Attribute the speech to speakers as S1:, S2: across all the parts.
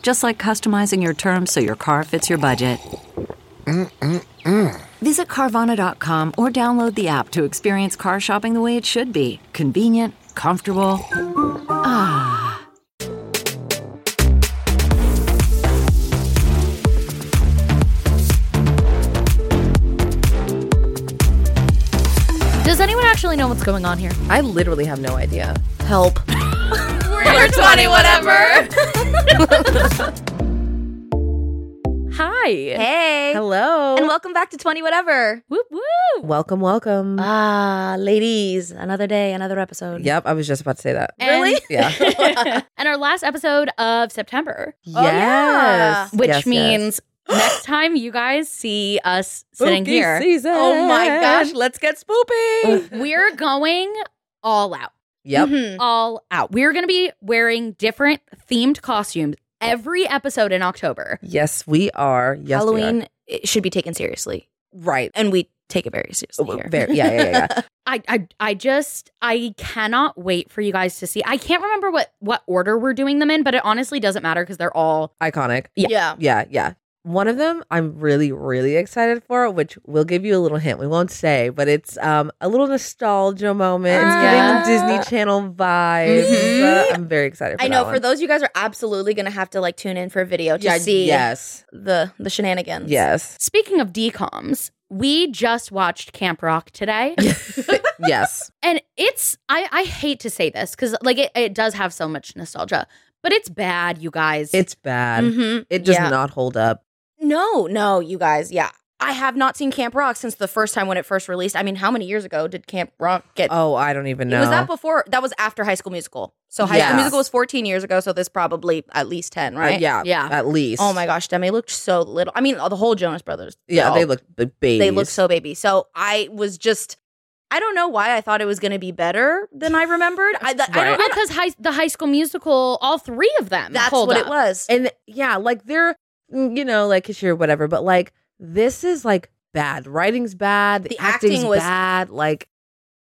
S1: Just like customizing your terms so your car fits your budget. Visit Carvana.com or download the app to experience car shopping the way it should be convenient, comfortable.
S2: Does anyone actually know what's going on here?
S3: I literally have no idea. Help.
S2: We're 20, whatever. Hi.
S3: Hey. Hello.
S4: And welcome back to 20 Whatever.
S2: Whoop whoop.
S3: welcome, welcome.
S4: Ah, ladies, another day, another episode.
S3: yep, I was just about to say that.
S2: Really?
S3: Yeah.
S2: and our last episode of September,
S3: yes.
S4: Oh, yeah.
S2: which
S3: Yes, yes.
S2: means next time you guys see us sitting
S3: Spooky
S2: here,
S3: season.
S4: Oh my gosh,
S3: let's get spoopy.
S2: we're going all out.
S3: yep.
S4: Mhm.
S2: All out. We're going to be wearing different themed costumes every episode in October.
S3: Yes, we are. Yes, we are.
S4: Mm-hmm. Halloween it should be taken seriously.
S3: Right.
S4: And we take it very seriously.
S3: Oh,
S4: here.
S3: very- yeah, yeah, yeah,
S2: I, I I just I cannot wait for you guys to see. I can't remember what what order we're doing them in, but it honestly doesn't matter because they're all
S3: Iconic.
S4: yeah.
S3: Yeah, yeah. One of them I'm really, really excited for, which we'll give you a little hint. We won't say, but it's um a little nostalgia moment. It's
S4: Yeah.
S3: giving Disney Channel vibes.
S4: Mhm.
S3: Uh, I'm very excited. For
S4: I know
S3: that
S4: for
S3: one.
S4: those you guys are absolutely going to have to like tune in for a video to
S3: Yeah,
S4: see
S3: Yes,
S4: the the shenanigans.
S3: yes,
S2: Speaking of DComs, we just watched Camp Rock today.
S3: yes.
S2: and it's I I hate to say this cuz like it, it does have so much nostalgia, but it's bad, you guys.
S3: It's bad.
S4: Mhm.
S3: It does
S4: Yeah.
S3: not hold up.
S4: No, no, you guys. Yeah. I have not seen Camp Rock since the first time when it first released. I mean, how many years ago did Camp Rock get
S3: Oh, I don't even know.
S4: Was that before? That was after High School Musical. So High
S3: Yeah.
S4: School Musical was 14 years ago. So this probably at least 10,
S3: Uh,
S4: right?
S3: yeah,
S2: Yeah.
S3: At least.
S4: Oh my gosh, Demi looked so little. I mean, the whole Jonas Brothers.
S3: Yeah,
S4: y'all,
S3: they look b- babies.
S4: they look so baby. So I was just, I don't know why I thought it was going to be better than I remembered. I, that, I
S3: Right.
S4: don't. I don't-
S2: because high, the High School Musical, all three of them.
S4: that's
S2: hold
S4: what
S2: up.
S4: it was.
S3: And yeah, like they're mm, you know like sure whatever, but like this is like bad. Writing's bad.
S4: The
S3: acting's
S4: acting was-
S3: bad. Like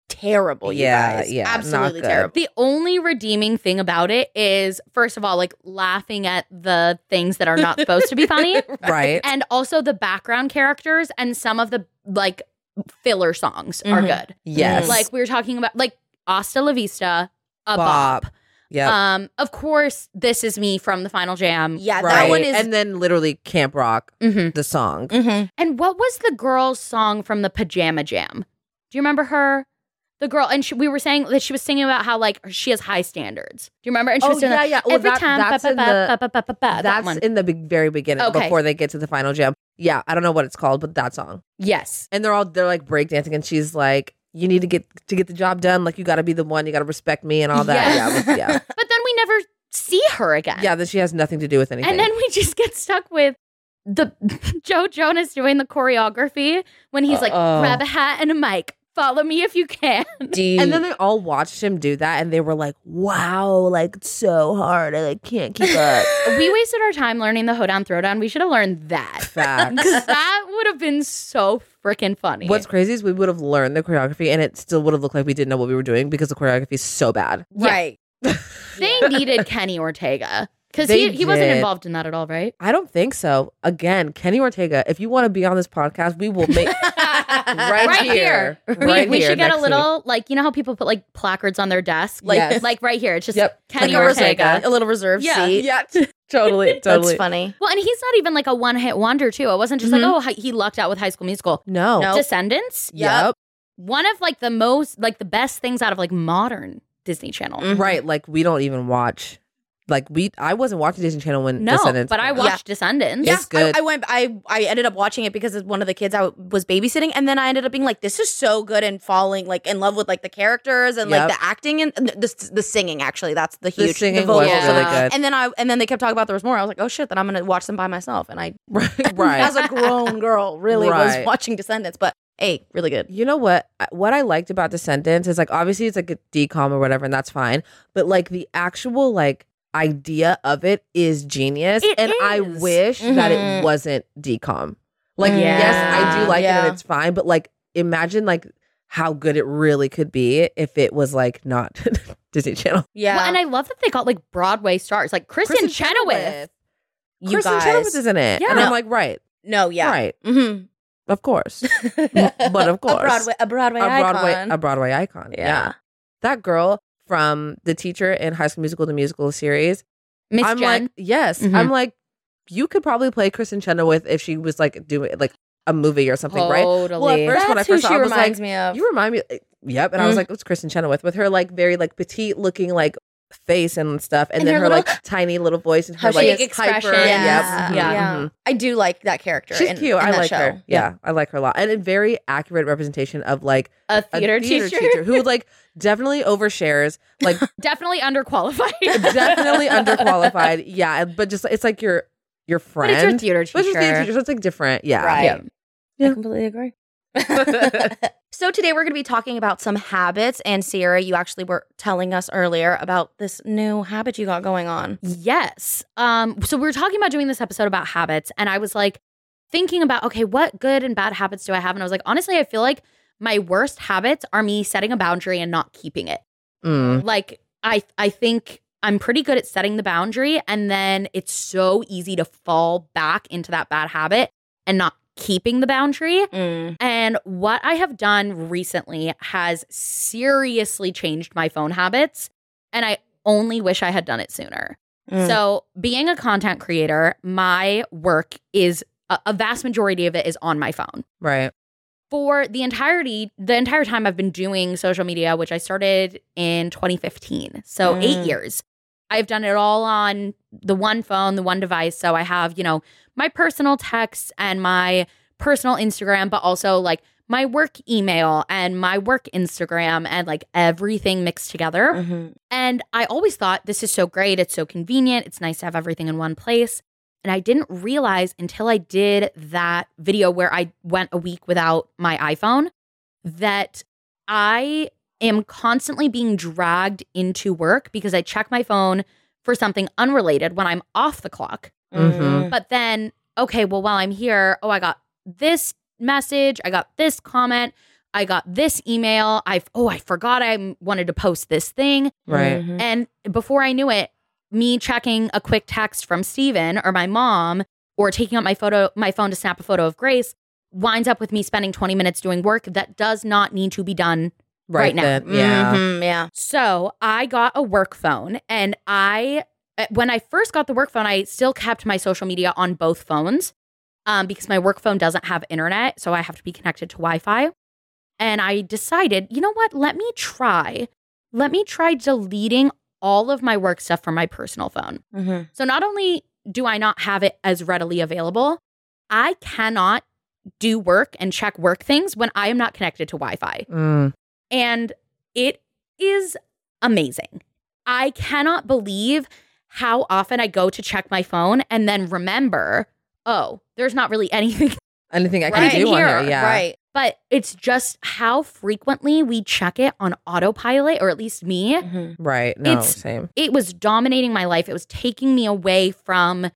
S4: terrible, you
S3: Yeah,
S4: guys.
S3: yeah, not
S4: absolutely
S3: good.
S4: terrible.
S2: The only redeeming thing about it is, first of all, like laughing at the things that are not supposed to be funny,
S3: right.
S2: and also the background characters and some of the like filler songs are
S4: Mhm.
S2: good.
S3: yes.
S2: Like we were talking about, like Hasta La Vista, a bop.
S3: Bop. Yeah.
S2: Um, of course, this is me from the final jam.
S4: Yeah,
S3: right.
S4: that one is.
S3: and then literally Camp Rock
S2: Mhm.
S3: the song.
S4: Mhm.
S2: And what was the girl's song from the pajama jam? Do you remember her? The girl, and she, we were saying that she was singing about how like she has high standards. Do you remember? And she was doing that
S3: Oh, yeah.
S2: every time. ba-
S3: that's
S2: ba-
S3: in the,
S2: ba- ba- ba- ba- ba- That
S3: that's
S2: one.
S3: in the be- very beginning
S2: Okay.
S3: before they get to the final jam. Yeah, I don't know what it's called, but that song.
S2: Yes.
S3: and they're all they're like breakdancing and she's like you need to get to get the job done like you got to be the one you got to respect me and all that
S2: Yes.
S3: yeah but- yeah
S2: But then we never see her again.
S3: yeah that she has nothing to do with anything
S2: And then we just get stuck with the Joe Jonas doing the choreography when he's like,
S3: Uh-oh.
S2: grab a hat and a mic. Follow me if you can.
S4: Dude.
S3: and then they all watched him do that and they were like wow like it's so hard i like can't keep up
S2: we wasted our time learning the hoedown throwdown. We should have learned that.
S3: facts
S2: Because that would have been so freaking funny.
S3: what's crazy is we would have learned the choreography and it still would have looked like we didn't know what we were doing because the choreography is so bad
S2: Yeah.
S4: right.
S2: they needed Kenny Ortega Because
S3: They
S2: he, he wasn't
S3: did.
S2: involved in that at all, right?
S3: I don't think so. Again, Kenny Ortega, if you want to be on this podcast, we will make right,
S2: Right
S3: here.
S2: We,
S3: Right
S2: we
S3: here
S2: should get a
S3: next
S2: little like you know how people put like placards on their desk, like
S3: Yes.
S2: like right here. It's just
S3: Yep.
S2: Kenny
S4: like a
S2: Ortega.
S4: reserve, a little reserve
S2: Yeah.
S4: seat.
S3: week. Yeah, totally,
S4: That's
S3: totally.
S4: funny.
S2: Well, and he's not even like a one hit wonder too. It wasn't just
S3: Mm-hmm.
S2: like oh hi- he lucked out with High School Musical.
S3: No.
S4: No.
S2: Descendants,
S3: Yep.
S2: one of like the most like the best things out of like modern Disney Channel.
S4: Mhm.
S3: Right. Like we don't even watch. Like we, I wasn't watching Disney Channel when
S2: No,
S3: Descendants
S2: but I
S3: came out.
S2: watched Descendants.
S4: Yeah,
S3: It's good.
S4: I, I went. I I ended up watching it because one of the kids I w- was babysitting, and then I ended up being like, "This is so good," and falling like in love with like the characters and
S3: Yep.
S4: like the acting and and the the singing. Actually, that's the
S3: The
S4: huge
S3: singing
S4: vocals.
S3: was
S2: Yeah.
S3: really good.
S4: And then I and then they kept talking about there was more. I was like, "Oh shit!" Then I'm gonna watch them by myself. And I,
S3: right. right.
S4: as a grown girl, really
S3: Right.
S4: was watching Descendants, but hey, really good.
S3: you know what? What I liked about Descendants is like obviously it's like a decom or whatever, and that's fine. But like the actual like idea of it is genius,
S2: It
S3: and I
S2: is.
S3: wish that it
S4: Mhm.
S3: wasn't decom. Like
S4: Yeah.
S3: yes, I do like it
S4: Yeah.
S3: and it's fine, but like imagine like how good it really could be if it was like not Disney Channel.
S4: Yeah,
S2: Well, and I love that they got like Broadway stars, like Kristen,
S3: Kristen
S2: Chenoweth.
S4: you
S3: Kristen
S4: guys,
S3: Chenoweth is in it, and
S2: Yeah.
S3: I'm like right,
S4: no, yeah,
S3: right,
S4: hmm
S3: of course, but of course,
S4: a Broadway, a Broadway,
S3: a Broadway,
S4: icon.
S3: a Broadway icon, yeah.
S4: yeah.
S3: that girl from the teacher in High School Musical, the musical series.
S2: Miss
S3: I'm
S2: Jen.
S3: like, yes,
S4: Mm-hmm.
S2: Mhm.
S3: I'm like, you could probably play Kristen Chenoweth if she was like doing like a movie or something,
S4: Oh,
S3: right?
S2: totally.
S3: Well, at first when I
S4: That's who
S3: first saw,
S4: she
S3: it, I was
S4: reminds
S3: like,
S4: me of.
S3: you remind me, eh, yep. And I was
S4: Mm-hmm.
S3: like, it's Kristen Chenoweth with her like very like petite looking like face and stuff, and,
S4: And
S3: then her,
S4: her
S3: like tiny little voice and her
S4: How she
S3: like
S4: is.
S3: hyper,
S2: Expression.
S3: yep,
S4: Yeah.
S3: mhm,
S4: Yeah.
S3: mhm.
S4: I do like that character.
S3: She's
S4: in-
S3: cute.
S4: in
S3: I
S4: that
S3: like
S4: show.
S3: her. Yeah, I like her a lot, and a very accurate representation of like
S2: a
S3: a
S2: theater, teacher.
S3: teacher who like definitely overshares, like
S2: Definitely underqualified.
S3: definitely underqualified. Yeah, but just it's like your your
S2: But
S3: friend.
S2: it's your theater teacher.
S3: But it's your theater teacher, so it's like different. Yeah.
S4: Right.
S3: Yeah. Yeah.
S4: I completely agree. so today we're going to be talking about some habits, and Sierra, you actually were telling us earlier about this new habit you got going on.
S2: Yes. Um, so we were talking about doing this episode about habits, and I was like thinking about, okay, what good and bad habits do I have? And I was like, honestly, I feel like my worst habits are me setting a boundary and not keeping it.
S3: Mm.
S2: Like I I think I'm pretty good at setting the boundary, and then it's so easy to fall back into that bad habit and not keeping the boundary. And what I have done recently has seriously changed my phone habits. And I only wish I had done it sooner.
S4: So
S2: So, being a content creator, my work is a, a vast majority of it is on my phone.
S3: Right.
S2: For the entirety, the entire time I've been doing social media, which I started in 2015, so eight
S4: Mm.
S2: years, I've done it all on the one phone, the one device. So I have, you know, my personal texts and my personal Instagram, but also like my work email and my work Instagram and like everything mixed together. And I always thought this is so great. It's so convenient. It's nice to have everything in one place. And I didn't realize until I did that video where I went a week without my iPhone that I am constantly being dragged into work because I check my phone for something unrelated when I'm off the clock.
S4: mm-hmm. Mm.
S3: Mhm.
S2: But then, okay, well, while I'm here, oh, I got this message, I got this comment, I got this email. I've, oh, I forgot I wanted to post this thing.
S3: Right.
S4: Mm-hmm.
S2: And before I knew it, me checking a quick text from Steven or my mom or taking out my photo my phone to snap a photo of Grace winds up with me spending 20 minutes doing work that does not need to be done.
S3: Right,
S2: Right now.
S3: then. Yeah.
S4: Mhm, yeah.
S2: So, I got a work phone and I uh, when I first got the work phone, I still kept my social media on both phones um, because my work phone doesn't have internet, so I have to be connected to Wi-Fi. And I decided, you know what? Let me try. Let me try deleting all of my work stuff from my personal phone.
S4: Mhm.
S2: So not only do I not have it as readily available, I cannot do work and check work things when I am not connected to Wi Fi.
S3: Mm.
S2: And it is amazing. I cannot believe how often I go to check my phone and then remember, oh, there's not really anything.
S3: Anything I can
S2: Right
S3: do on
S2: here.
S3: here. Yeah.
S4: Right.
S2: But it's just how frequently we check it on autopilot, or at least me.
S4: Mhm.
S3: Right. No,
S2: It's-
S3: same.
S2: it was dominating my life. It was taking me away from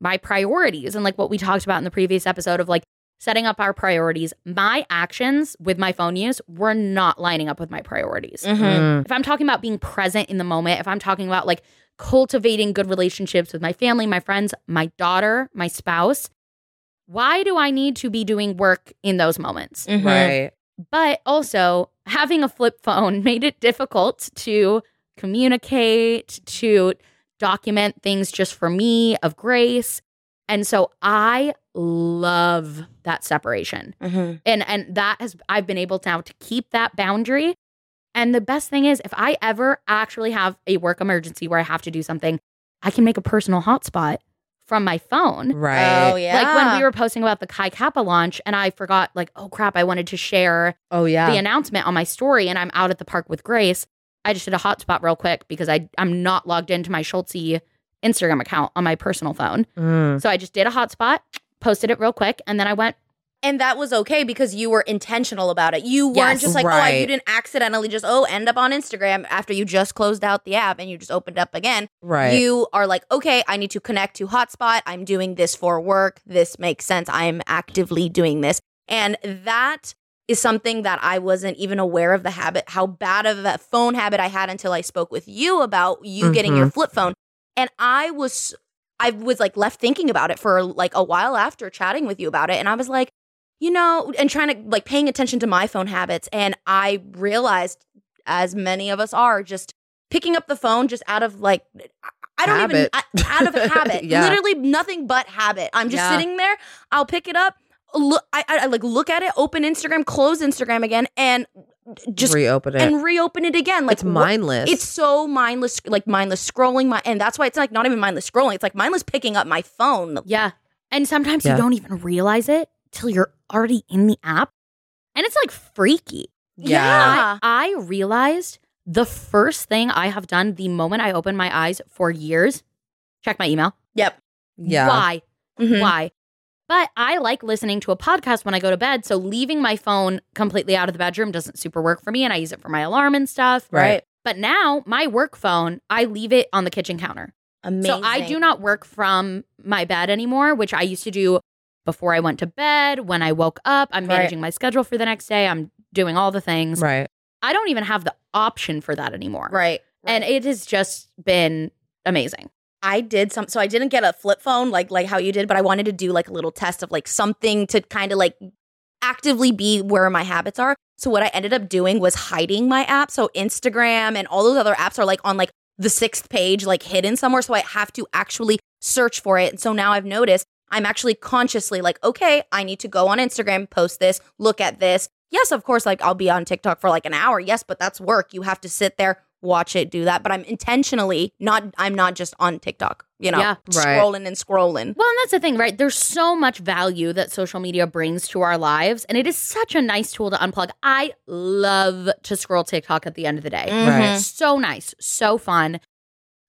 S2: my priorities and like what we talked about in the previous episode of like setting up our priorities. My actions with my phone use were not lining up with my priorities.
S4: Mhm.
S3: Mm.
S2: If I'm talking about being present in the moment, if I'm talking about like cultivating good relationships with my family, my friends, my daughter, my spouse. Why do I need to be doing work in those moments?
S4: Mhm.
S3: Right.
S2: But also, having a flip phone made it difficult to communicate, to document things just for me of grace. And so I love that separation
S4: Mhm.
S2: and and that has i've been able now to keep that boundary and the best thing is if i ever actually have a work emergency where i have to do something i can make a personal hotspot from my phone
S3: Right.
S4: Oh yeah.
S2: like when we were posting about the kai kappa launch and i forgot like oh crap i wanted to share
S3: Oh yeah.
S2: the announcement on my story and i'm out at the park with grace i just did a hotspot real quick because I, i'm not logged into my schultzy instagram account on my personal phone
S3: Mm.
S2: so i just did a hotspot posted it real quick and then i went
S4: and that was okay because you were intentional about it. You weren't
S2: Yes.
S4: just like, oh, I, you
S3: Right.
S4: didn't accidentally just oh end up on Instagram after you just closed out the app and you just opened up again.
S3: Right.
S4: You are like, okay, I need to connect to hotspot. I'm doing this for work. This makes sense. I'm actively doing this. And that is something that I wasn't even aware of the habit, how bad of a phone habit I had until I spoke with you about you getting
S3: Mm-hmm.
S4: your flip phone. And I was I was like left thinking about it for like a while after chatting with you about it. And I was like, you know, and trying to like paying attention to my phone habits. And I realized, as many of us are, just picking up the phone just out of like, I don't
S3: Habit.
S4: even, I- out of habit.
S3: Yeah.
S4: Literally nothing but habit. I'm just
S2: Yeah.
S4: sitting there, I'll pick it up. Look, I, I I, like look at it, open Instagram, close Instagram again, and just
S3: reopen it.
S4: and reopen it again. Like
S3: it's
S4: what-
S3: mindless.
S4: it's so mindless, like mindless scrolling. My, and that's why it's like not even mindless scrolling. It's like mindless picking up my phone.
S2: Yeah. And sometimes
S3: Yeah.
S2: you don't even realize it till you're already in the app. And it's like freaky.
S3: yeah.
S4: Yeah.
S2: I, I realized the first thing I have done the moment I opened my eyes for years check my email.
S4: Yep.
S3: Yeah. Mm.
S2: Why?
S4: Mhm.
S2: Why? But I like listening to a podcast when I go to bed. So leaving my phone completely out of the bedroom doesn't super work for me. And I use it for my alarm and stuff.
S3: Right.
S2: But now my work phone, I leave it on the kitchen counter.
S4: Amazing.
S2: So I do not work from my bed anymore, which I used to do before I went to bed, when I woke up. I'm
S4: Right.
S2: managing my schedule for the next day. I'm doing all the things.
S3: Right.
S2: I don't even have the option for that anymore.
S4: Right.
S2: And it has just been amazing.
S4: I did some so I didn't get a flip phone like like how you did, but I wanted to do like a little test of like something to kind of like actively be where my habits are. So what I ended up doing was hiding my app. So Instagram and all those other apps are like on like the sixth page, like hidden somewhere. So I have to actually search for it. And so now I've noticed I'm actually consciously like, okay, I need to go on Instagram, post this, look at this. Yes, of course, like I'll be on TikTok for like an hour. Yes, but that's work. You have to sit there, watch it, do that. But I'm intentionally not, I'm not just on TikTok, you know,
S2: Yeah.
S3: Right.
S4: scrolling and scrolling.
S2: Well, and that's the thing, right? There's so much value that social media brings to our lives. And it is such a nice tool to unplug. I love to scroll TikTok at the end of the day.
S4: Mm-hmm.
S3: Right.
S2: So nice, so fun.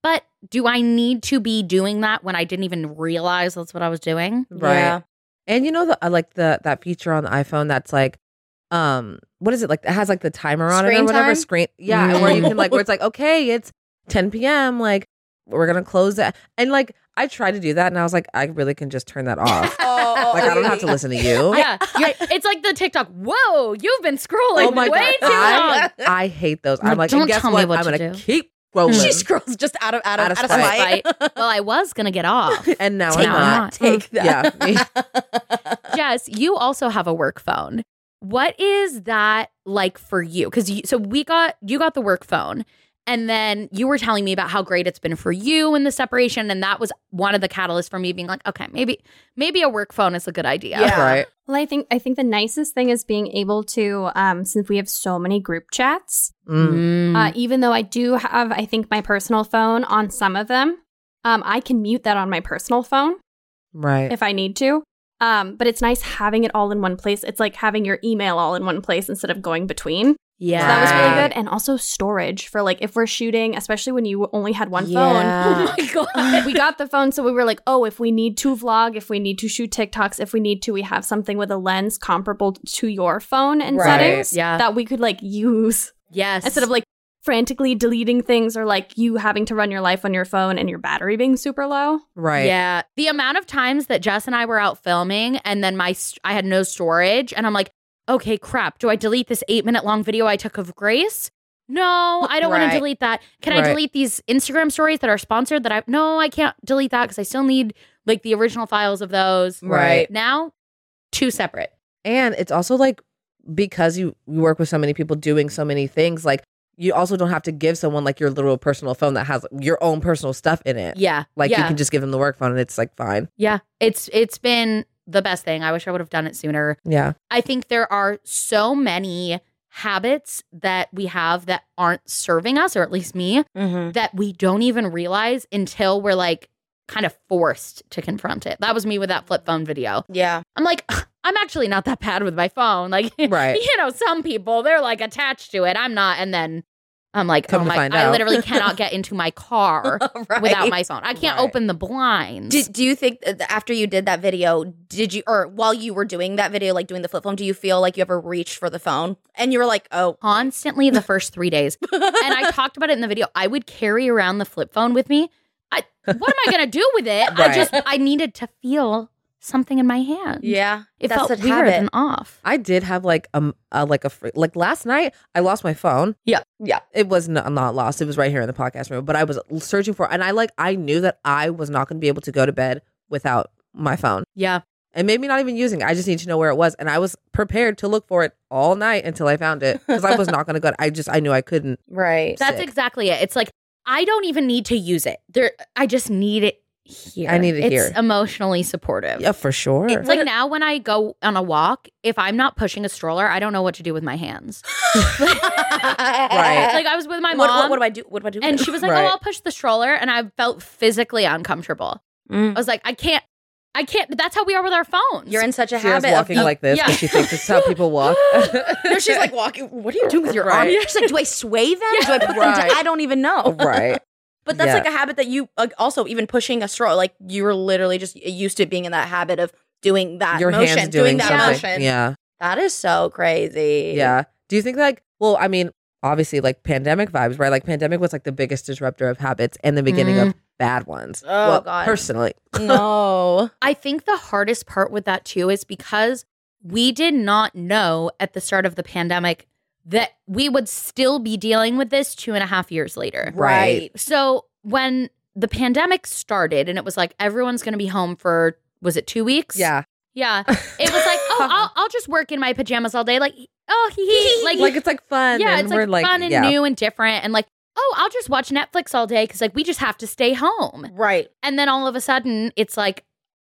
S2: But do I need to be doing that when I didn't even realize that's what I was doing?
S3: Right.
S4: Yeah.
S3: And you know the I like the that feature on the iPhone that's like um what is it like it has like the timer on it or
S4: Screen
S3: whatever
S4: time?
S3: screen yeah where you can like where it's like okay it's 10 p.m. like we're gonna close that and like I tried to do that and I was like I really can just turn that off
S4: Oh,
S3: like I don't have to listen to you
S2: yeah, you're- it's like the TikTok. Whoa, you've been scrolling
S3: oh my
S2: way
S3: god
S2: too long.
S3: I, I hate those I'm
S2: No,
S3: like and
S2: don't
S3: guess
S2: tell
S3: what?
S2: me what
S3: I'm
S2: to
S3: gonna
S2: do.
S3: keep scrolling
S4: She scrolls just out of out of out of, spite.
S2: well, I was gonna get off.
S3: and now
S2: Take
S3: I'm not
S2: that.
S4: Take that.
S3: yeah me-
S2: Jess, you also have a work phone. What is that like for you? Because you, so we got you got the work phone, and then you were telling me about how great it's been for you in the separation, and that was one of the catalysts for me being like, okay, maybe maybe a work phone is a good idea.
S4: Yeah.
S3: right
S5: Well, I think I think the nicest thing is being able to, um, since we have so many group chats.
S3: Mm.
S5: Uh, even though I do have, I think my personal phone on some of them, um, I can mute that on my personal phone
S3: right
S5: if I need to. Um, but it's nice having it all in one place. It's like having your email all in one place instead of going between.
S2: yeah,
S5: So that was really
S3: Right.
S5: good, and also storage for like if we're shooting, especially when you only had one phone.
S2: Oh
S4: Yeah.
S2: my god.
S5: we got the phone, so we were like, oh, if we need to vlog, if we need to shoot TikToks, if we need to, we have something with a lens comparable to your phone and
S3: Right,
S5: settings
S2: yeah.
S5: that we could like use
S2: yes.
S5: instead of like frantically deleting things or like you having to run your life on your phone and your battery being super low.
S3: right
S2: Yeah. The amount of times that Jess and I were out filming and then my st- I had no storage and I'm like, "Okay, crap. Do I delete this 8-minute long video I took of Grace? No, I don't want
S4: Right.
S2: to delete that. Can
S3: Right.
S2: I delete these Instagram stories that are sponsored that I No, I can't delete that cuz I still need like the original files of those.
S3: Right.
S2: Now, two separate.
S3: And it's also like because you, you work with so many people doing so many things, like you also don't have to give someone like your little personal phone that has your own personal stuff in it.
S2: Yeah.
S3: Like
S2: yeah.
S3: you can just give them the work phone and it's like fine.
S2: Yeah. It's it's been the best thing. I wish I would have done it sooner.
S3: Yeah.
S2: I think there are so many habits that we have that aren't serving us, or at least me,
S4: Mm-hmm.
S2: that we don't even realize until we're like kind of forced to confront it. That was me with that flip phone video.
S4: Yeah.
S2: I'm like, "Ugh, I'm actually not that bad with my phone. Like,
S3: Right.
S2: you know, some people they're like attached to it. I'm not. And then I'm like,
S3: Come
S2: oh
S3: to
S2: my,
S3: find
S2: I
S3: out.
S2: literally cannot get into my car
S4: right.
S2: without my phone. I can't
S3: Right.
S2: open the blinds.
S4: Do, do you think that after you did that video, did you, or while you were doing that video, like doing the flip phone, do you feel like you ever reached for the phone and you were like, oh,
S2: constantly the first three days. And I talked about it in the video. I would carry around the flip phone with me. I what am I gonna do with it?
S3: Right.
S2: I just I needed to feel something in my hand.
S4: yeah,
S2: It
S4: that's
S2: felt
S4: a
S2: weird
S4: habit.
S2: and off.
S3: I did have like um uh, like a fr- like last night I lost my phone.
S4: Yeah, yeah.
S3: It was not, not lost. It was right here in the podcast room, but I was searching for and I like I knew that I was not going to be able to go to bed without my phone.
S2: Yeah.
S3: And maybe not even using it. I just need to know where it was and I was prepared to look for it all night until I found it cuz I was not going to go I just I knew I couldn't.
S4: right.
S2: That's
S3: Sick.
S2: exactly it. It's like I don't even need to use it. There I just need it here.
S3: I need it
S2: it's
S3: here.
S2: emotionally supportive.
S3: Yeah, for sure.
S2: It's like now when I go on a walk, if I'm not pushing a stroller, I don't know what to do with my hands.
S3: Right.
S2: Like I was with my
S4: What,
S2: mom.
S4: what, what do I do? What do I do? with
S2: And
S4: it?
S2: she was like,
S3: Right.
S2: "Oh, I'll push the stroller," and I felt physically uncomfortable.
S4: Mm.
S2: I was like, "I can't, I can't." That's how we are with our phones.
S4: you're in such a
S3: she was
S4: habit.
S3: walking
S4: of,
S3: like this
S2: yeah.
S3: because she thinks it's how people walk.
S4: no, she's like walking. What are you doing with your arm?
S3: Right.
S4: You're just like, do I sway them? Do I put them down?
S3: Right.
S4: I don't even know.
S3: right.
S4: But that's
S3: Yeah.
S4: like a habit that you like, also even pushing a straw. Like you were literally just used to being in that habit of doing that
S3: Your
S4: motion,
S3: hands doing,
S4: that
S3: something.
S4: motion.
S3: Yeah.
S4: That is so crazy.
S3: Yeah. Do you think like well, I mean, obviously like pandemic vibes, right? Like pandemic was like the biggest disruptor of habits and the beginning of bad ones.
S4: Oh,
S3: Well,
S4: God.
S3: Personally.
S4: No.
S2: I think the hardest part with that too is because we did not know at the start of the pandemic that we would still be dealing with this two and a half years later.
S3: Right.
S4: Right.
S2: So when the pandemic started and it was like everyone's going to be home for was it two weeks?
S3: Yeah.
S2: yeah. It was like, oh, I'll, I'll just work in my pajamas all day. Like, oh, hee hee.
S3: Like, it's like fun.
S2: yeah,
S3: and
S2: it's
S3: we're
S2: like, fun and
S3: yeah.
S2: new and different, and like, oh, I'll just watch Netflix all day because like we just have to stay home.
S4: Right.
S2: And then all of a sudden, it's like,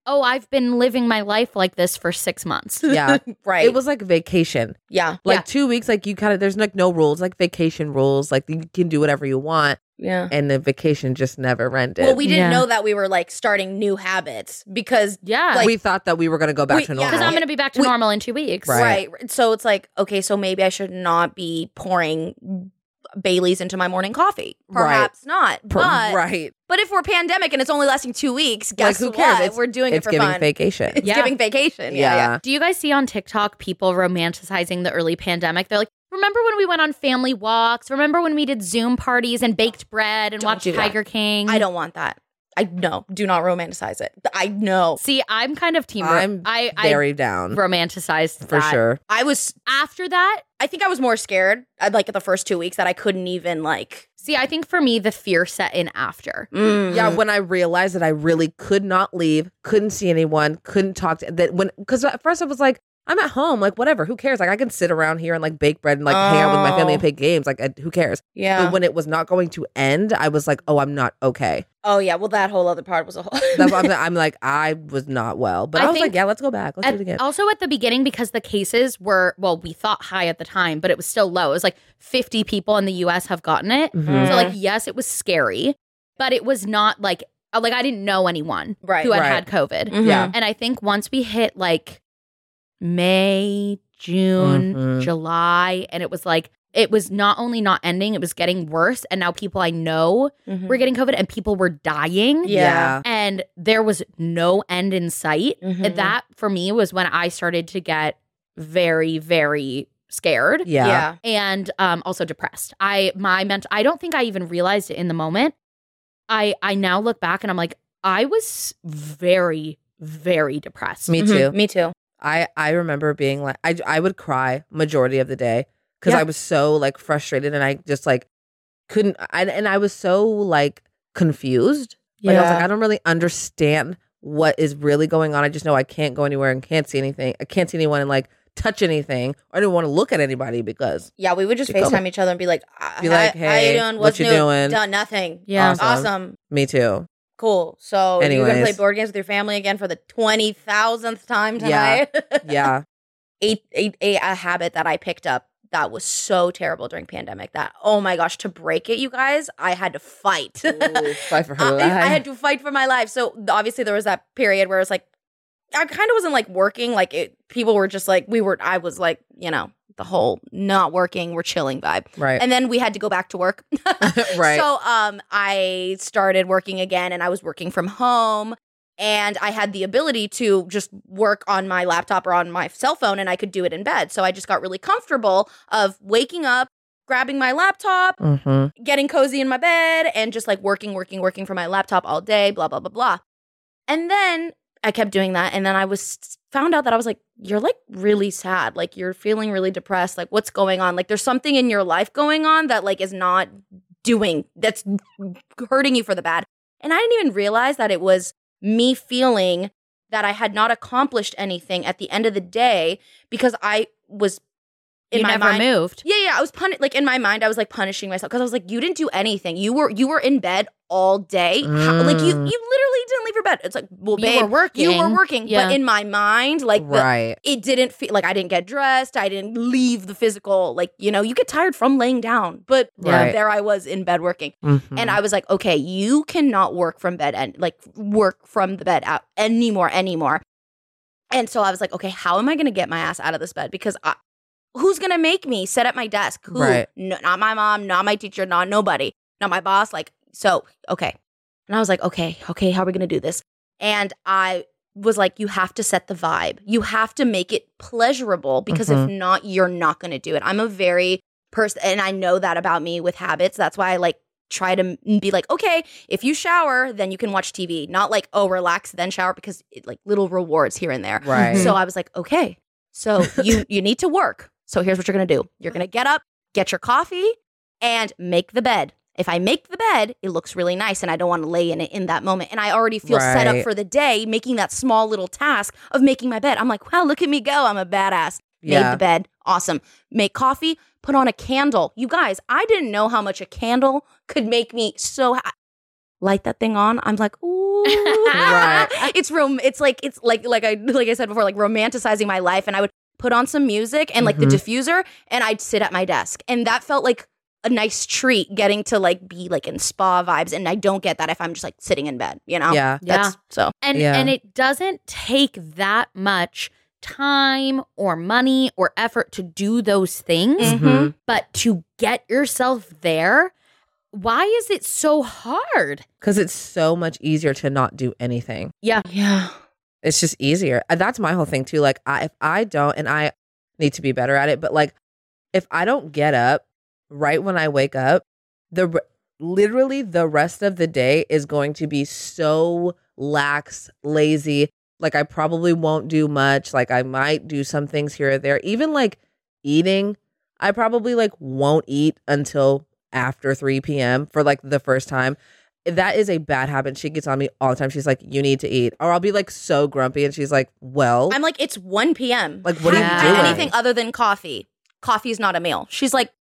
S2: oh, I've been living my life like this for six months.
S3: Yeah.
S4: Right.
S3: It was like vacation.
S4: Yeah.
S3: Like
S2: Yeah.
S3: two weeks, like you kind of, there's like no rules, like vacation rules. Like you can do whatever you want.
S4: Yeah.
S3: And the vacation just never ended.
S4: Well, we didn't
S2: Yeah.
S4: know that we were like starting new habits because
S2: Yeah,
S4: like-
S3: We thought that we were going to go back
S4: We-
S3: to
S4: yeah.
S3: normal.
S2: because I'm gonna be back to
S4: We-
S2: normal in two weeks.
S3: Right.
S4: right. So it's like, okay, so maybe I should not be pouring Bailey's into my morning coffee.
S3: Right.
S4: Perhaps not.
S3: Per-
S4: But
S3: right.
S4: but if we're pandemic and it's only lasting two weeks, guess
S3: who
S4: what?
S3: cares? It's-
S4: we're doing it
S3: It's
S4: for
S3: giving
S4: fun.
S3: vacation.
S4: It's
S2: Yeah.
S4: giving vacation. Yeah. yeah.
S2: Do you guys see on TikTok people romanticizing the early pandemic? They're like, remember when we went on family walks? Remember when we did Zoom parties and baked bread and
S4: Don't
S2: watched
S4: do that.
S2: Tiger King?
S4: I don't want that. I no, do not romanticize it. I know.
S2: see. I'm kind of team.
S3: I'm
S2: I
S3: Very
S2: I
S3: down.
S2: romanticized
S3: For
S2: that.
S3: sure.
S4: I was
S2: After that,
S4: I think I was more scared uh, like the first two weeks that I couldn't even like mm.
S2: See, I think for me, the fear set in after.
S3: Yeah,
S2: Mm-hmm.
S3: when I realized that I really could not leave, couldn't see anyone, couldn't talk to that when because at first I was like, I'm at home, like whatever, who cares? Like I can sit around here and like bake bread and like hang out with my family and
S4: Oh.
S3: play games, like I, who cares?
S4: Yeah.
S3: But when it was not going to end, I was like, oh, I'm not okay.
S4: oh yeah, well that whole other part was a whole
S3: That's why I'm, I'm like, I was not well, but I,
S2: I
S3: was like,
S2: think-
S3: yeah, let's go back, let's
S2: At-
S3: do it again.
S2: also, at the beginning, because the cases were, well, we thought high at the time, but it was still low. It was like 50 people in the US have gotten it.
S3: Mhm.
S2: So, like, yes, it was scary, but it was not like, uh, like I didn't know anyone
S4: Right. Mm-hmm.
S2: who had
S3: Right.
S2: had COVID.
S3: Yeah.
S2: And I think once we hit like May, June,
S3: Mhm.
S2: July, and it was like, it was not only not ending, it was getting worse. And now people I know
S4: Mhm.
S2: were getting COVID and people were dying.
S4: Yeah.
S2: and there was no end in sight.
S4: Mhm.
S2: And That for me was when I started to get very, very scared
S3: yeah, yeah,
S2: and um, also depressed. I my mental I don't think I even realized it in the moment. I I now look back and I'm like I was very very depressed.
S3: me
S4: Mhm.
S3: too.
S4: Me too.
S3: I I remember being like, I I would cry majority of the day. because
S2: Yeah.
S3: I was so like frustrated and I just like couldn't. I, and I was so like confused. Like I was like, I don't really understand what is really going on. I just know I can't go anywhere and can't see anything. I can't see anyone and like touch anything. I don't want to look at anybody because
S4: Yeah, we would just
S3: Become-
S4: FaceTime each other and be like, I,
S3: Be like,
S4: hi-
S3: "Hey,
S4: how you doing?
S3: what
S4: What's
S3: you
S4: new?
S3: doing?"
S4: Done nothing.
S2: Yeah.
S3: Awesome.
S4: Awesome.
S3: me too.
S4: Cool. So you're gonna play
S3: Anyways.
S4: board games with your family again for the twenty thousandth time
S3: Yeah.
S4: tonight.
S3: Yeah.
S4: a, a, a, a habit that I picked up that was so terrible during pandemic that oh my gosh to break it you guys I had to fight
S3: Ooh, fight for her
S4: I, I
S3: life.
S4: had to fight for my life so th- obviously there was that period where it's like I kind of wasn't like working like it, people were just like we were I was like you know the whole not working we're chilling vibe
S3: right.
S4: and then we had to go back to work
S3: Right.
S4: so um I started working again and I was working from home and I had the ability to just work on my laptop or on my cell phone and I could do it in bed. So I just got really comfortable of waking up, grabbing my laptop,
S3: mm-hmm.
S4: getting cozy in my bed and just like working, working, working from my laptop all day, blah blah blah blah. And then I kept doing that and then I was found out that I was like you're like really sad, like you're feeling really depressed, like what's going on? Like there's something in your life going on that like is not doing that's hurting you for the bad. And I didn't even realize that it was me feeling that I had not accomplished anything at the end of the day because I was in
S2: you
S4: my
S2: never
S4: mind
S2: moved.
S4: yeah, yeah. I was pun like in my mind, I was like punishing myself because I was like, you didn't do anything. You were you were in bed all day. How- like you you
S3: Mm.
S4: literally didn't leave your bed. It's like, well,
S2: you were
S4: babe,
S2: working.
S4: you were working.
S2: Yeah.
S4: But in my mind, like the-
S3: right.
S4: it didn't feel like I didn't get dressed. I didn't leave the physical. Like you know, you get tired from laying down, but
S3: Yeah. Right.
S4: there I was in bed working.
S3: Mhm.
S4: And I was like, okay, you cannot work from bed and like work from the bed out anymore, anymore. And so I was like, okay, how am I going to get my ass out of this bed? Because I, who's going to make me sit at my desk? Who?
S3: Right.
S4: No, not my mom, not my teacher, not nobody, not my boss. Like, so, okay. And I was like, okay, okay, how are we going to do this? And I was like, you have to set the vibe. You have to make it pleasurable because if not, you're not going to do it. I'm a very person, and I know that about me with habits. That's why I like try to m- be like, okay, if you shower, then you can watch TV, not like, oh, relax, then shower, because it, like little rewards here and there.
S3: Right.
S4: So I was like, okay, so you you need to work. So here's what you're gonna do. You're gonna get up, get your coffee, and make the bed. If I make the bed, it looks really nice and I don't want to lay in it in that moment. And I already feel set up
S3: Right.
S4: for the day making that small little task of making my bed. I'm like, wow, look at me go. I'm a badass. Made
S3: Yeah.
S4: the bed. Awesome. Make coffee, put on a candle. You guys, I didn't know how much a candle could make me so ha- light that thing on. I'm like, ooh.
S3: Right.
S4: It's rom it's like it's like like I like I said before, like romanticizing my life. And I would put on some music and like
S3: Mhm.
S4: the diffuser and I'd sit at my desk. And that felt like a nice treat getting to like be like in spa vibes. And I don't get that if I'm just like sitting in bed, you know?
S3: yeah.
S4: That's so
S2: And
S3: Yeah.
S2: and it doesn't take that much time or money or effort to do those things,
S3: Mhm.
S2: but to get yourself there, why is it so hard?
S3: Because it's so much easier to not do anything.
S4: Yeah.
S3: It's just easier. And That's my whole thing too. Like, I, if I don't, and I need to be better at it, but like, if I don't get up right when I wake up, the re- literally the rest of the day is going to be so lax, lazy. Like, I probably won't do much. Like, I might do some things here or there. Even like eating, I probably like won't eat until after 3 p.m. for like the first time that is a bad habit. She gets on me all the time. She's like, "You need to eat," or I'll be like so grumpy, and she's like, "Well,
S4: I'm like, it's 1 p.m.
S3: like, what are
S2: Yeah.
S3: you doing?"
S4: Anything other than coffee. Coffee is not a meal. She's like,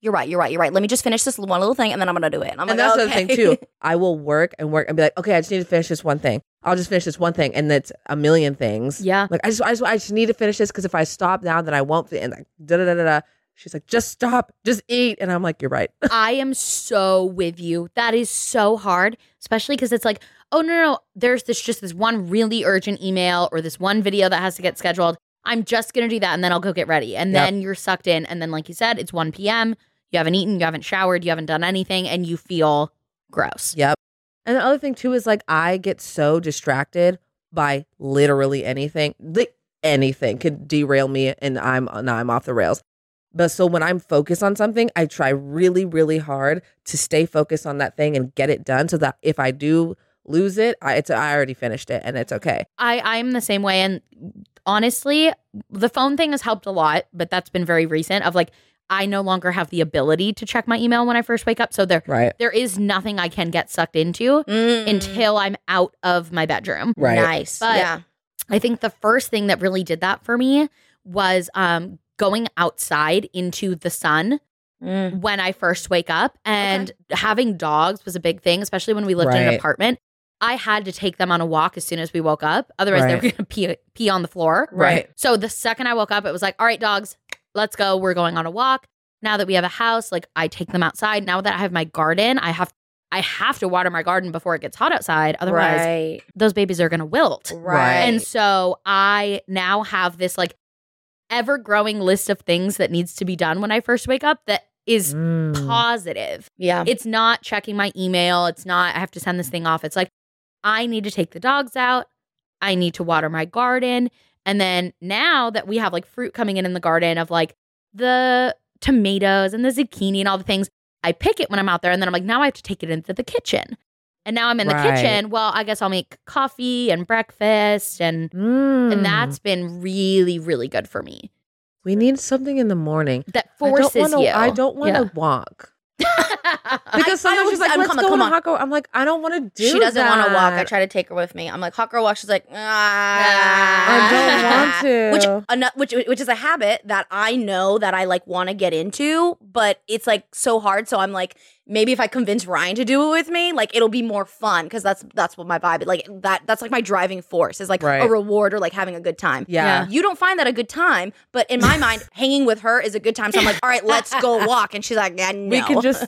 S4: you're right, you're right, you're right. Let me just finish this one little thing and then I'm gonna do it. I'm like,
S3: and that's the
S4: okay.
S3: other thing too. I will work and work and be like, "Okay, I just need to finish this one thing. I'll just finish this one thing," and that's a million things.
S2: Yeah.
S3: Like I just, I just, I just need to finish this because if I stop now, then I won't. fi- And like, da da da da da. She's like, "Just stop, just eat," and I'm like, "You're right."
S2: I am so with you. That is so hard, especially because it's like, oh no, no, no, there's this just this one really urgent email or this one video that has to get scheduled. I'm just gonna do that and then I'll go get ready. And
S3: Yep.
S2: then you're sucked in. And then, like you said, it's 1 p.m. You haven't eaten, you haven't showered, you haven't done anything, and you feel gross.
S3: Yep. And the other thing too is like I get so distracted by literally anything. Like anything could derail me and I'm uh, now I'm off the rails. But so when I'm focused on something, I try really, really hard to stay focused on that thing and get it done so that if I do lose it, I it's I already finished it and it's okay.
S2: I I'm the same way and honestly, the phone thing has helped a lot, but that's been very recent of like I no longer have the ability to check my email when I first wake up. So there
S3: Right.
S2: there is nothing I can get sucked into
S4: Mm.
S2: until I'm out of my bedroom.
S3: Right.
S4: Nice.
S2: But-
S4: yeah.
S2: I think the first thing that really did that for me was um going outside into the sun
S4: Mm.
S2: when I first wake up and having dogs was a big thing, especially when we lived in an
S3: Right.
S2: apartment. I had to take them on a walk as soon as we woke up. Otherwise, they were going
S3: Right.
S2: to pee, pee on the floor.
S3: Right.
S2: So the second I woke up, it was like, all right, dogs, let's go. We're going on a walk. Now that we have a house, like I take them outside. Now that I have my garden, I have I have to water my garden before it gets hot outside. Otherwise,
S4: right.
S2: those babies are going to wilt.
S4: Right.
S2: And so I now have this like ever growing list of things that needs to be done when I first wake up that is
S3: Mm.
S2: positive.
S4: yeah.
S2: It's not checking my email. It's not, I have to send this thing off. It's like, I need to take the dogs out. I need to water my garden. And then now that we have like fruit coming in in the garden of like the tomatoes and the zucchini and all the things, I pick it when I'm out there. And then I'm like, now I have to take it into the kitchen. And now I'm in the
S3: Right.
S2: kitchen. Well, I guess I'll make coffee and breakfast and
S3: Mm.
S2: and that's been really really good for me
S3: we need something in the morning.
S2: that forces
S3: I don't wanna,
S2: you
S3: I don't want to
S2: Yeah.
S3: walk
S4: I- I
S3: because sometimes
S4: always
S3: she's like,
S4: say,
S3: "Let's
S4: "Come on,
S3: go
S4: come
S3: on a
S4: on."
S3: hot go." I'm like, "I don't want to do."
S4: she doesn't want to walk. I
S3: that."
S4: try to take her with me. I'm like, hot girl walk. She's like, "Ah."
S3: I don't want to.
S4: Which, ano- which, which is a habit that I know that I like want to get into, but it's like so hard. So I'm like, maybe if I convince Ryan to do it with me, like it'll be more fun because that's that's what my vibe. Like that, that's like my driving force is like a
S3: Right.
S4: reward or like having a good time.
S3: yeah.
S4: You don't find that a good time, but in my mind, hanging with her is a good time. So I'm like, all right, let's go walk, and she's like, yeah, no.
S3: we could just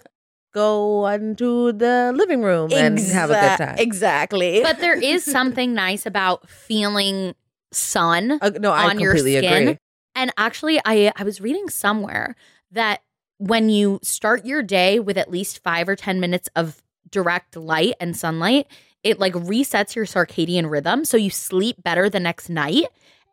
S3: go into the living room and have a
S4: Exac-
S3: good time.
S4: Exactly.
S2: but there is something nice about feeling sun
S3: Uh, no, I
S2: on your
S3: completely
S2: skin.
S3: agree.
S2: and actually i i was reading somewhere that when you start your day with at least 5 or 10 minutes of direct light and sunlight it like resets your circadian rhythm so you sleep better the next night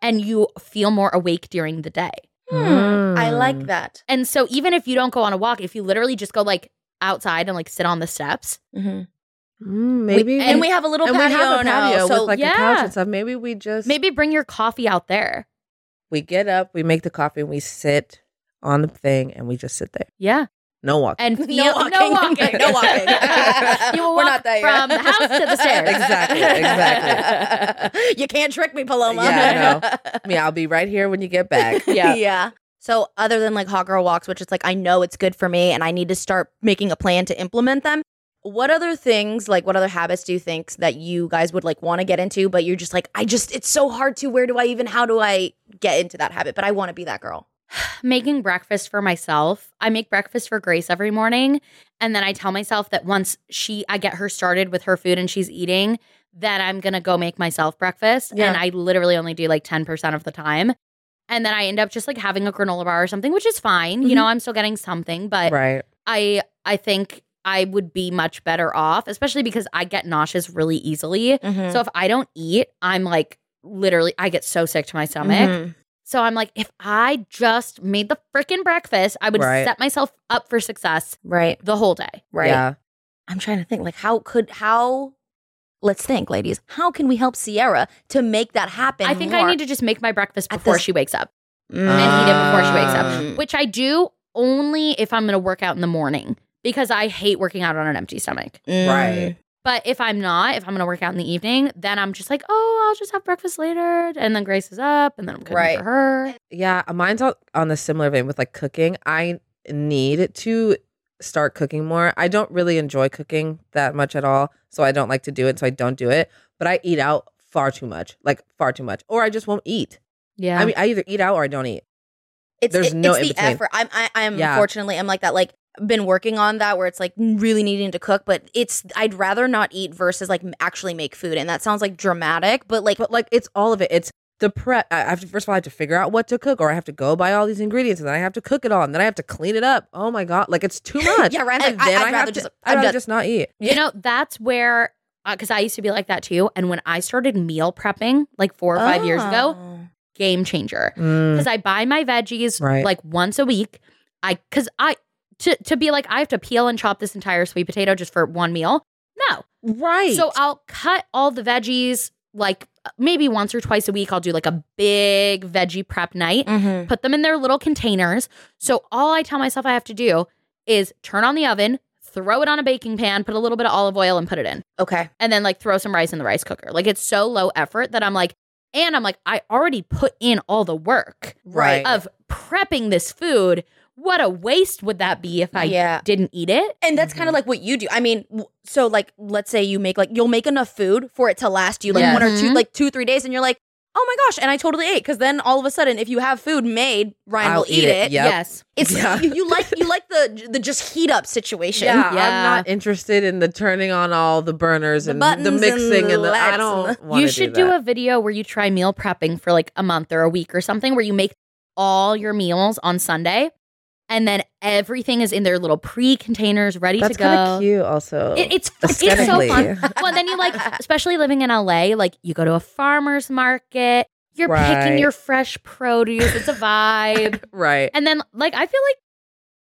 S2: and you feel more awake during the day
S4: Hmm, I like
S3: Mm.
S4: that.
S2: And so even if you don't go on a walk, if you literally just go like outside and like sit on the steps,
S3: Mm, maybe
S4: And, Mm-hmm. we have a little
S3: and
S4: patio,
S3: we have a
S4: now,
S3: patio
S4: so
S3: with like
S2: yeah.
S3: a couch and stuff. Maybe we just
S2: maybe bring your coffee out there.
S3: we get up, we make the coffee, and we sit on the thing, and we just sit there.
S2: Yeah.
S3: No walk.
S2: And
S4: No
S2: feel
S4: walking, no walking.
S2: you will
S4: We're
S2: walk
S4: not there
S2: from
S4: yet.
S2: the house to the stairs.
S3: Exactly, exactly.
S4: you can't trick me, Paloma.
S3: Yeah, I mean, I'll be right here when you get back.
S2: Yeah.
S4: yeah. So other than like hot girl walks, which it's like I know it's good for me and I need to start making a plan to implement them. What other things, like what other habits do you think that you guys would like want to get into, but you're just like, I just it's so hard to where do I even how do I get into that habit? But I want to be that girl.
S2: Making breakfast for myself. I make breakfast for Grace every morning. And then I tell myself that once she I get her started with her food and she's eating, then I'm gonna go make myself breakfast.
S3: Yeah.
S2: And I literally only do like 10% of the time. And then I end up just like having a granola bar or something, which is fine.
S4: Mm-hmm.
S2: You know, I'm still getting something, but
S3: Right.
S2: I I think I would be much better off, especially because I get nauseous really easily.
S4: Mm-hmm. Mm.
S2: So if I don't eat, I'm like literally I get so sick to my stomach.
S4: Mm-hmm.
S2: So I'm like if I just made the freaking breakfast, I would
S3: Right.
S2: set myself up for success
S4: Right.
S2: the whole day.
S4: Right.
S3: Yeah.
S4: I'm trying to think like how could how let's think ladies how can we help Sierra to make that happen
S2: I think I
S4: more?
S2: need to just make my breakfast
S4: At
S2: before
S4: this-
S2: she wakes up, and
S4: Mm.
S2: eat it before she wakes
S4: Mm.
S2: up, which I do only if I'm going to work out in the morning because I hate working out on an empty stomach.
S4: Mm.
S3: Right.
S2: But if I'm not, if I'm gonna work out in the evening, then I'm just like, oh, I'll just have breakfast later, and then Grace is up, and then I'm cooking
S4: Right.
S2: for her.
S3: Yeah, uh, mine's on, on a similar vein with like cooking. I need to start cooking more. I don't really enjoy cooking that much at all, so I don't like to do it, so I don't do it. But I eat out far too much, like far too much, or I just won't eat.
S2: Yeah,
S3: I mean, I either eat out or I don't eat.
S4: it's,
S3: There's
S4: it-
S3: no
S4: it's the
S3: in-between.
S4: effort. I'm I, I'm
S3: Yeah.
S4: unfortunately I'm like that like been working on that where it's like really needing to cook, but it's I'd rather not eat versus like actually make food, and that sounds like dramatic, but like
S3: But like, it's all of it. It's the prep. I I have to first of all, I have to figure out what to cook, or I have to go buy all these ingredients, and then I have to cook it all, and then I have to clean it up. Oh my god, like it's too much.
S4: Yeah, Ryan's
S3: And
S4: like, I-
S3: then
S4: I'd
S3: have
S4: rather
S3: to-
S4: just-
S3: I'd
S4: I'm
S3: rather
S4: done.
S3: just not eat.
S2: you know, that's where because I used to be like that too. And when I started meal prepping like four or five years ago,
S3: Oh.
S2: game changer.
S3: Mm,
S2: Because I buy my veggies
S3: Right.
S2: like once a week. I because I to to be like I have to peel and chop this entire sweet potato just for one meal. No,
S3: right.
S2: So I'll cut all the veggies like maybe once or twice a week, I'll do like a big veggie prep night,
S3: Mm.
S4: Mm-hmm.
S2: put them in their little containers. So all I tell myself I have to do is turn on the oven, throw it on a baking pan, put a little bit of olive oil and put it in
S4: Okay.
S2: and then like throw some rice in the rice cooker. Like it's so low effort that I'm like, and I'm like, I already put in all the work
S3: Right.
S2: of prepping this food. What a waste would that be if I
S4: yeah.
S2: didn't eat it?
S4: And that's
S3: Mm-hmm.
S4: kind of like what you do. I mean, w- so like, let's say you make like, you'll make enough food for it to last you like
S3: Yes.
S4: one or two,
S2: Mhm.
S4: like two, three days. And you're like, oh my gosh. And I totally ate. Cause then all of a sudden, if you have food made, Ryan
S3: I'll
S4: will eat,
S3: eat it.
S4: it.
S3: Yep.
S2: Yes.
S4: It's
S3: Yeah.
S4: you, you like, you like the, the just heat up situation.
S3: Yeah,
S2: Yeah.
S3: I'm not interested in the turning on all the burners
S4: The
S3: and the
S4: buttons
S3: mixing
S4: and
S3: and the. I
S4: lights and
S3: don't want
S2: you should do,
S3: do,
S2: a video where you try meal prepping for like a month or a week or something where you make all your meals on Sunday and then everything is in their little pre containers ready
S3: That's
S2: to go.
S3: of cute, also.
S2: It, it's it's so
S3: aesthetically.
S2: fun. well, and then you like, especially living in LA, like you go to a farmer's market, you're
S3: Right.
S2: picking your fresh produce. It's a vibe.
S3: right.
S2: and then, like, I feel like,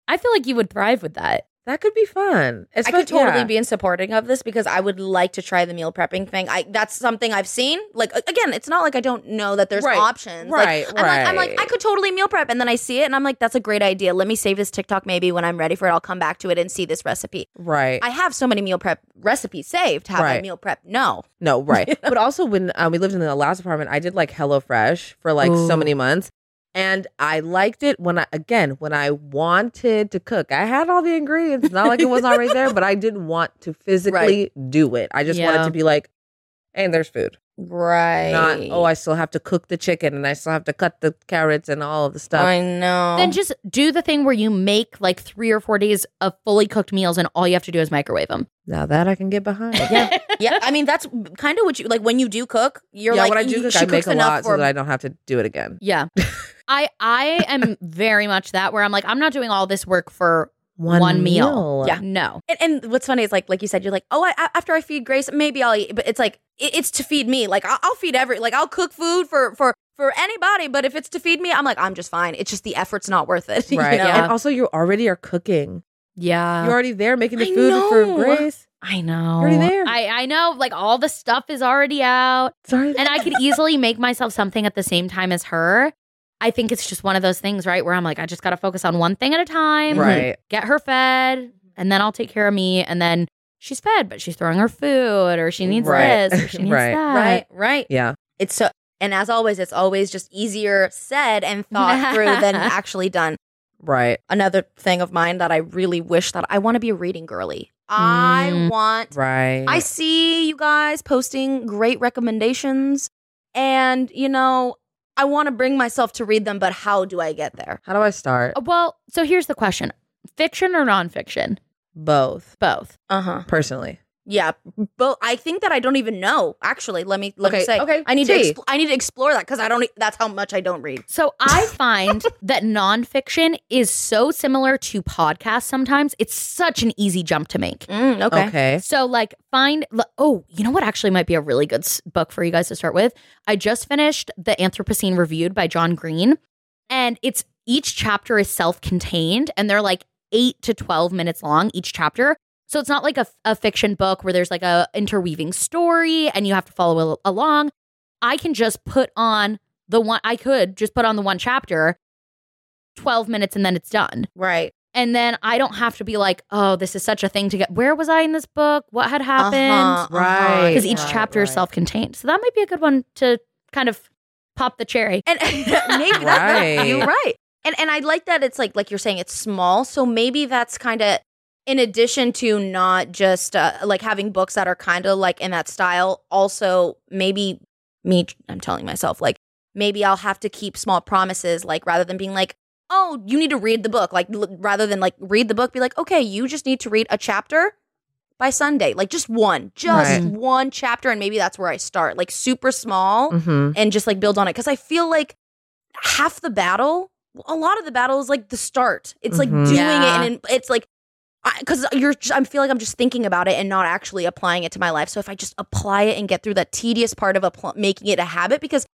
S2: I feel like you would thrive with that.
S3: That could be fun.
S4: I
S3: Especially,
S4: could totally
S3: yeah.
S4: be in supporting of this because I would like to try the meal prepping thing. I that's something I've seen. Like a- again, it's not like I don't know that there's
S3: Right.
S4: options. Like,
S3: Right,
S4: I'm like, I'm like,
S3: right.
S4: I could totally meal prep, and then I see it, and I'm like, that's a great idea. Let me save this TikTok. Maybe when I'm ready for it, I'll come back to it and see this recipe.
S3: Right.
S4: I have so many meal prep recipes saved. Have I
S3: Right.
S4: meal prep? No.
S3: No, right. but also when um, we lived in the last apartment, I did like HelloFresh for like so
S2: Ooh.
S3: many months. And I liked it when I again when I wanted to cook. I had all the ingredients. Not like it was already there, but I didn't want to physically do it. I just wanted
S2: Yeah.
S3: to be like, and there's food.
S4: Right.
S3: Not oh, I still have to cook the chicken and I still have to cut the carrots and all of the stuff.
S4: know.
S2: Then just do the thing where you make like three or four days of fully cooked meals, and all you have to do is microwave them.
S3: now that I can get behind.
S4: yeah, yeah. I mean, that's kind of what you like when you do cook. You're
S3: yeah,
S4: like,
S3: when I do
S4: you-
S3: cook,
S4: she
S3: I make
S4: cooks
S3: a
S4: enough
S3: lot
S4: for
S3: so that I don't have to do it again.
S2: Yeah, I I am very much that where I'm like, I'm not doing all this work for one, meal.
S3: Yeah.
S2: no.
S4: And, and what's funny is like like you said, you're like, oh, I, a- after I feed Grace, maybe I'll eat. But it's like it, it's to feed me. Like I'll, I'll feed every. Like I'll cook food for for for anybody. But if it's to feed me, I'm like I'm just fine. It's just the effort's not worth it. you
S3: Right.
S4: know?
S3: And also you already are cooking.
S2: Yeah,
S3: You're already there making the
S4: I
S3: food
S4: know.
S3: for Grace.
S2: I know.
S3: already there.
S2: I I know. Like all the stuff is already out.
S3: Sorry.
S2: and I could easily make myself something at the same time as her. I think it's just one of those things, right? Where I'm like, I just got to focus on one thing at a time.
S3: Right.
S2: Get her fed, and then I'll take care of me. And then she's fed, but she's throwing her food, or she needs
S3: Right.
S2: this, or she needs
S3: Right.
S2: that.
S4: Right. Right.
S3: Yeah.
S4: It's so. And as always, it's always just easier said and thought through than actually done.
S3: Right.
S4: Another thing of mine that I really wish that I want to be a reading girly. I
S2: Mm.
S4: want
S3: Right.
S4: I see you guys posting great recommendations, and you know, I want to bring myself to read them, but how do I get there?
S3: How do I start?
S2: Uh,
S4: Oh.
S2: Well, so here's the question: fiction or nonfiction?
S3: Both.
S2: Both.
S4: Uh
S3: Uh-huh.
S4: huh.
S3: Personally.
S4: Yeah, but I think that I don't even know. Actually, let me let me
S3: Okay,
S4: say.
S3: okay,
S4: I need
S3: tea.
S4: to expl- I need to explore that because I don't. e, That's how much I don't read.
S2: So I find that nonfiction is so similar to podcasts. Sometimes it's such an easy jump to make.
S4: Mm,
S3: Okay.
S2: So like find l- oh, you know what actually might be a really good s- book for you guys to start with? I just finished The Anthropocene Reviewed by John Green and it's each chapter is self-contained and they're like 8 to 12 minutes long each chapter. So it's not like a, f- a fiction book where there's like a interweaving story and you have to follow al- along. I can just put on the one I could just put on the one chapter 12 minutes and then it's done
S4: Right.
S2: and then I don't have to be like, oh, this is such a thing to get. Where was I in this book? What had
S4: Uh-huh.
S2: happened?
S3: Right.
S2: Because each
S3: right,
S2: chapter is
S3: right.
S2: self-contained, so that might be a good one to kind of pop the cherry.
S4: and maybe that, that- you're
S3: Right.
S4: right and and i like that it's like like you're saying it's small so maybe that's kind of in addition to not just uh, like having books that are kind of like in that style also maybe me i'm telling myself like maybe i'll have to keep small promises like rather than being like oh you need to read the book like l- rather than like read the book be like okay you just need to read a chapter by sunday like just one just
S2: Right.
S4: one chapter and maybe that's where i start like super small
S3: Mm-hmm.
S4: and just like build on it because i feel like half the battle a lot of the battle is like the start it's like
S3: Mhm.
S4: doing
S2: Yeah.
S4: it and it's like because you're j- i feel like i'm just thinking about it and not actually applying it to my life so if i just apply it and get through that tedious part of appl- making it a habit because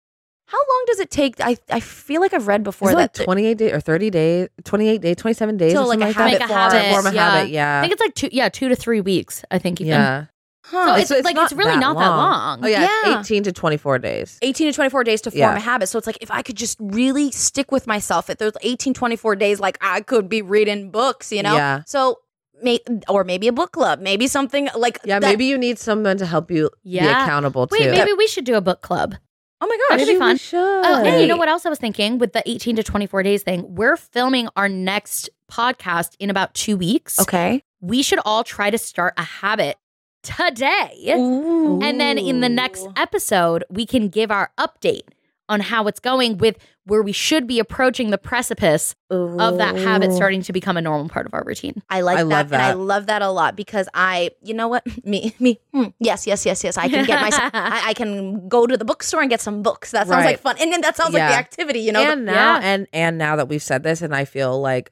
S4: how long does it take i, I feel like i've read before
S3: Is it like
S4: that
S3: 28 days or 30 days, 28 days, 27 days,
S4: Till,
S3: or
S4: like,
S3: something
S4: a
S3: like that?
S2: habit Make a form. habit,
S3: Form a
S2: yeah.
S3: habit, yeah.
S2: I think it's like two, yeah, two to three weeks. I think even.
S3: yeah.
S4: Huh.
S2: So
S3: So
S2: it's,
S3: it's
S2: like
S3: not
S2: it's really
S3: that
S2: not that
S3: long.
S2: long.
S3: Oh yeah, it's
S4: Yeah.
S3: 18 to 24 days.
S4: 18 to 24 days to form
S3: Yeah.
S4: a habit. So it's like if I could just really stick with myself at those 18 24 days like I could be reading books, you know.
S3: Yeah.
S4: So may- or maybe a book club, maybe something like
S3: Yeah,
S4: that-
S3: maybe you need someone to help you be
S2: Yeah.
S3: accountable
S2: Wait,
S3: to.
S2: maybe we should do a book club.
S4: Oh my gosh.
S2: Maybe- be fun.
S3: we should.
S2: Oh, and you know
S4: Right.
S2: what else I was thinking with the 18 to 24 days thing? We're filming our next podcast in about two weeks.
S4: Okay.
S2: We should all try to start a habit today.
S4: Ooh.
S2: And then in the next episode, we can give our update on how it's going with where we should be approaching the precipice of that habit starting to become a normal part of our routine.
S4: I like
S3: I
S4: that,
S3: love
S4: and I
S3: that.
S4: love that a lot because I, you know what, me, me, hmm, yes, yes, yes, yes. I can get myself. I, I can go to the bookstore and get some books. That sounds
S3: Right.
S4: like fun, and then that sounds like
S3: Yeah.
S4: the activity, you know. the-
S3: and now
S2: yeah.
S3: and and now that we've said this and i feel like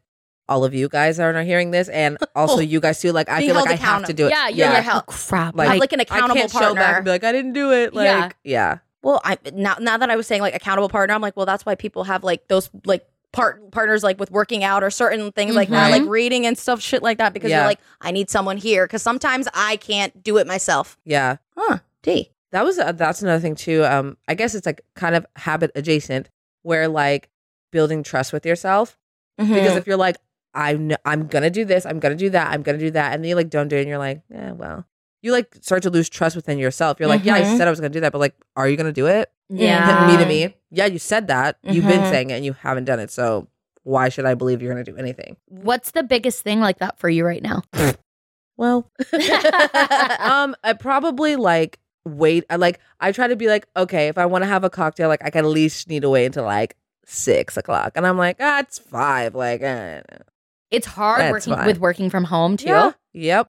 S3: all of you guys are not hearing this and also you guys too like i
S4: Being
S3: feel like i
S4: held
S3: have to
S4: accountable.
S3: do it
S2: Yeah, you're
S4: Yeah.
S2: like, oh crap.
S3: Like,
S4: I'm like an
S3: i can't
S4: accountable
S3: show
S4: partner.
S3: back and be like i didn't do it like yeah,
S2: Yeah.
S4: well, I now now that I was saying like accountable partner, I'm like, well, that's why people have like those like part partners like with working out or certain things like that,
S2: Mhm.
S3: Mm-hmm.
S4: like reading and stuff, shit like that, because
S3: Yeah.
S4: you're like, I need someone here because sometimes I can't do it myself.
S3: yeah.
S4: Huh? D.
S3: that was uh, that's another thing too um i guess it's like kind of habit adjacent where like building trust with yourself
S4: Hmm.
S3: because if you're like i'm i'm gonna do this i'm gonna do that i'm gonna do that and then you like don't do it and you're like yeah well you like start to lose trust within yourself you're like yeah i
S4: Mhm.
S3: said i was gonna do that but like are you gonna do it
S2: Mm-hmm. yeah.
S3: me to me. Yeah, you said that. You've been
S4: Mhm.
S3: saying it and you haven't done it. So why should I believe you're going to do anything?
S2: What's the biggest thing like that for you right now?
S3: Well, um, I probably like wait. I like, I try to be like, okay, if I want to have a cocktail, like I can at least need to wait until like six o'clock. And I'm like, ah, it's five. Like, eh.
S2: It's hard
S3: That's
S2: working
S3: fine.
S2: with working from home too.
S3: Yeah. Yep.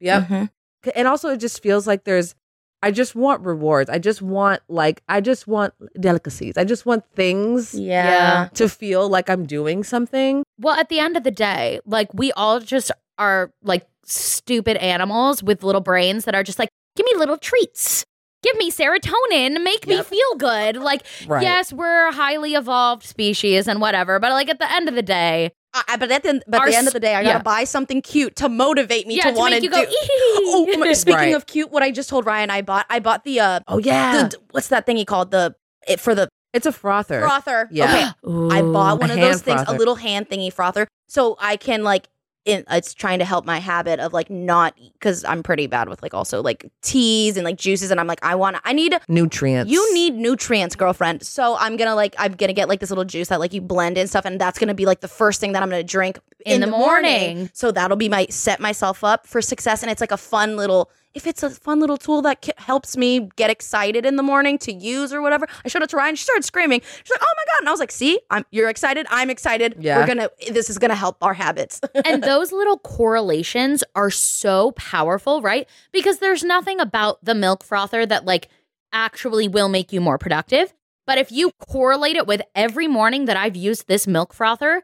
S3: Yep.
S2: Mm-hmm.
S4: Mhm.
S3: C- And also, it just feels like there's, I just want rewards. I just want, like, I just want delicacies. I just want things
S2: Yeah.
S3: to feel like I'm doing something.
S2: Well, at the end of the day, like we all just are like stupid animals with little brains that are just like, give me little treats. Give me serotonin, make me
S3: Yep.
S2: feel good. Like, yes, we're a highly evolved species and whatever, but like at the end of the day,
S4: I, I- but at the, end- but
S2: Our
S4: at the end of
S2: s-
S4: the day, I gotta
S2: yeah.
S4: buy something cute to motivate me
S2: yeah,
S4: to
S2: to
S4: want
S2: make
S4: to
S2: you
S4: do.
S2: go,
S4: oh, oh my- speaking
S3: Right.
S4: of cute, what I just told Ryan, I bought I bought the uh
S3: Oh, yeah.
S4: the, what's that thing he called the it for the
S3: It's a frother.
S4: frother.
S3: Yeah.
S4: Okay. I bought one
S3: a
S4: of those
S3: hand
S4: things, a
S3: frother.
S4: little hand thingy frother, so I can like. In, it's trying to help my habit of like not because I'm pretty bad with like also like teas and like juices, and I'm like I want I need
S3: Nutrients.
S4: you need nutrients, girlfriend. So I'm gonna like I'm gonna get like this little juice that like you blend and stuff, and that's gonna be like the first thing that I'm gonna drink
S2: In
S4: in,
S2: the
S4: the, morning.
S2: morning.
S4: So that'll be my set myself up for success, and it's like a fun little. If it's a fun little tool that ca- helps me get excited in the morning to use or whatever, I showed it to Ryan. She started screaming. She's like, "Oh my god!" And I was like, "See, I'm you're excited. I'm excited.
S3: Yeah.
S4: We're gonna. This is gonna help our habits."
S2: and those little correlations are so powerful, right? Because there's nothing about the milk frother that like actually will make you more productive. But if you correlate it with every morning that I've used this milk frother,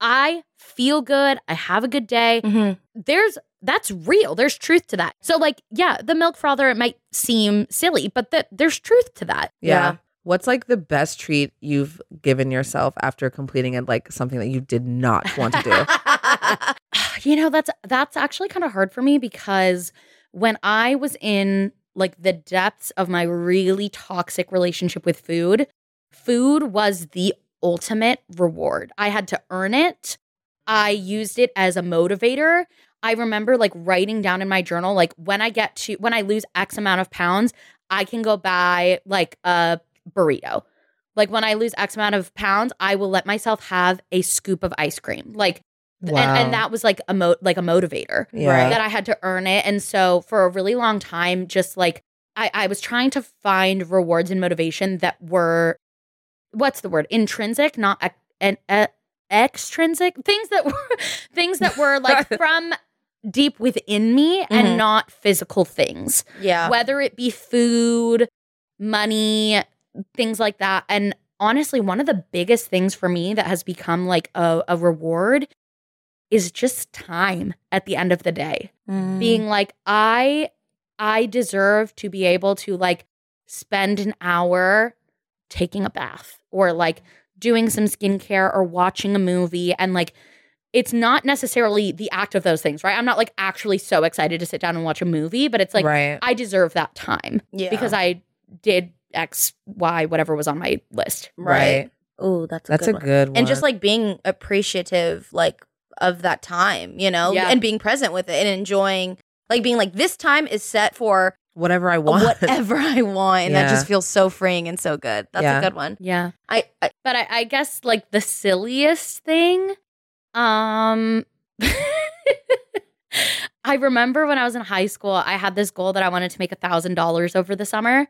S2: I feel good, I have a good day.
S4: Mm.
S2: There's that's real. There's truth to that. So like, yeah, the milk frother it might seem silly, but that there's truth to that.
S3: Yeah.
S4: Yeah.
S3: What's like the best treat you've given yourself after completing it, like something that you did not want to do?
S2: you know that's that's actually kind of hard for me because when i was in like the depths of my really toxic relationship with food food was the ultimate reward i had to earn it i used it as a motivator i remember like writing down in my journal like when i get to when i lose x amount of pounds i can go buy like a burrito like when i lose x amount of pounds i will let myself have a scoop of ice cream like and,
S3: Wow.
S2: and that was like a mo- like a motivator
S3: Yeah.
S2: that I had to earn it. And so for a really long time, just like I, I was trying to find rewards and motivation that were what's the word intrinsic, not ex- and uh, extrinsic things that were things that were like from deep within me
S4: Mhm.
S2: and not physical things
S4: yeah.
S2: whether it be food, money, things like that. And honestly, one of the biggest things for me that has become like a, a reward is just time at the end of the day.
S4: Mm,
S2: Being like, I I deserve to be able to like spend an hour taking a bath or like doing some skincare or watching a movie and like it's not necessarily the act of those things, right? I'm not like actually so excited to sit down and watch a movie, but it's like
S3: right.
S2: I deserve that time
S4: Yeah.
S2: because I did X, Y, whatever was on my list.
S3: right.
S4: Oh, that's a
S3: That's
S4: good
S3: a
S4: one.
S3: good one.
S4: and just like being appreciative like of that time you know
S2: Yeah.
S4: and being present with it and enjoying like being like this time is set for
S3: whatever I want.
S4: whatever i want and that just
S3: Yeah.
S4: feels so freeing and so good that's
S3: Yeah.
S4: a good one
S2: Yeah.
S4: I, I
S2: But I, I guess like the silliest thing, um, I remember when I was in high school, I had this goal that I wanted to make a thousand dollars over the summer,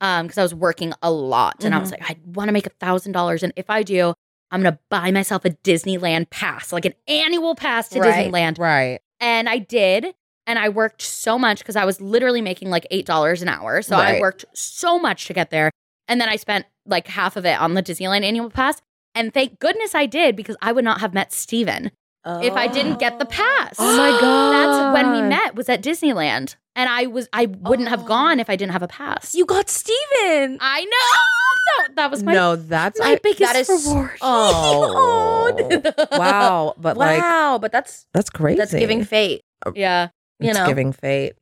S2: um, because I was working a lot, and I
S4: Mm-hmm.
S2: was like, I want to make a thousand dollars, and if I do, I'm gonna buy myself a Disneyland pass, like an annual pass to
S4: Right.
S2: Disneyland,
S3: right.
S2: and I did. And I worked so much because I was literally making like $8 an hour. So I
S3: Right.
S2: worked so much to get there. And then I spent like half of it on the Disneyland annual pass. And thank goodness I did because I would not have met Steven if I didn't get the pass.
S3: Oh my God. Oh.
S2: That's when we met was at Disneyland. And I was I wouldn't have gone if I didn't have a pass.
S4: you got steven
S2: I know. That, that was my,
S3: no, that's
S2: my
S3: I-
S2: biggest
S4: that is
S2: reward.
S3: Oh. wow. But like
S4: wow but that's
S3: that's crazy.
S4: that's giving fate
S2: yeah.
S4: you
S3: It's
S4: know.
S3: giving fate.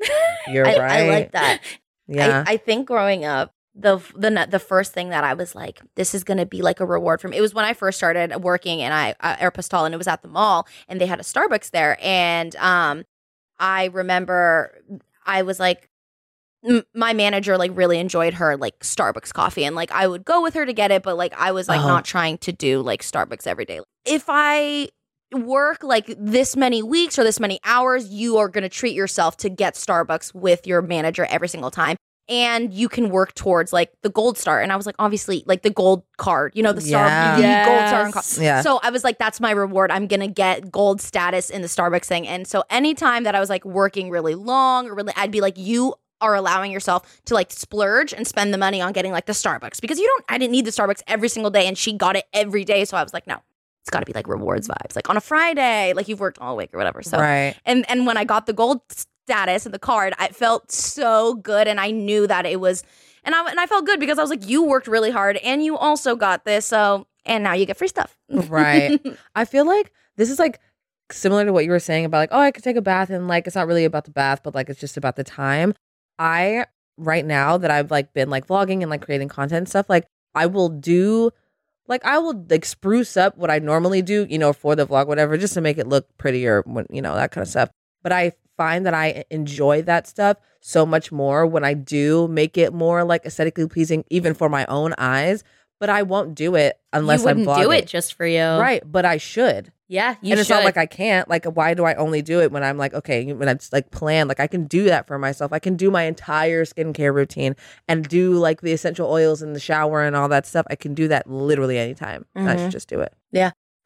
S3: You're
S4: I,
S3: right.
S4: I like that
S3: Yeah.
S4: I, I think growing up, the f- the n- the first thing that I was like, this is going to be like a reward for me. It was when I first started working, and I uh, Air Postal, and it was at the mall, and they had a Starbucks there, and um, I remember I was like. m- My manager like really enjoyed her like Starbucks coffee and like I would go with her to get it but like I was like
S3: Uh-huh.
S4: not trying to do like Starbucks every day. If I work like this many weeks or this many hours, you are going to treat yourself to get Starbucks with your manager every single time. And you can work towards like the gold star. And I was like, obviously, like the gold card, you know, the star,
S3: Yeah.
S4: the gold star and card.
S2: Yes.
S3: yeah.
S4: So I was like, that's my reward. I'm going to get gold status in the Starbucks thing. And so anytime that I was like working really long or really, I'd be like, you are allowing yourself to like splurge and spend the money on getting like the Starbucks because you don't, I didn't need the Starbucks every single day. And she got it every day. So I was like, no, it's got to be like rewards vibes, like on a Friday, like you've worked all week or whatever. So
S3: right.
S4: and and when I got the gold status and the card, I felt so good, and I knew that it was, and I and I felt good because I was like, you worked really hard, and you also got this, so and now you get free stuff.
S3: Right. I feel like this is like similar to what you were saying about like, oh, I could take a bath and like it's not really about the bath, but like it's just about the time. I right now that I've like been like vlogging and like creating content and stuff, like I will do like I will like spruce up what I normally do, you know, for the vlog, whatever, just to make it look prettier when you know, that kind of stuff. But I find that I enjoy that stuff so much more when I do make it more like aesthetically pleasing, even for my own eyes. But I won't do it unless
S2: you wouldn't
S3: I'm vlogging.
S2: do it just for you.
S3: Right, but I should.
S2: Yeah. You
S3: Um, and it's
S2: should.
S3: not like I can't. Like, why do I only do it when I'm like, okay, when I just like plan, like I can do that for myself. I can do my entire skincare routine and do like the essential oils in the shower and all that stuff. I can do that literally anytime. And I should just do it.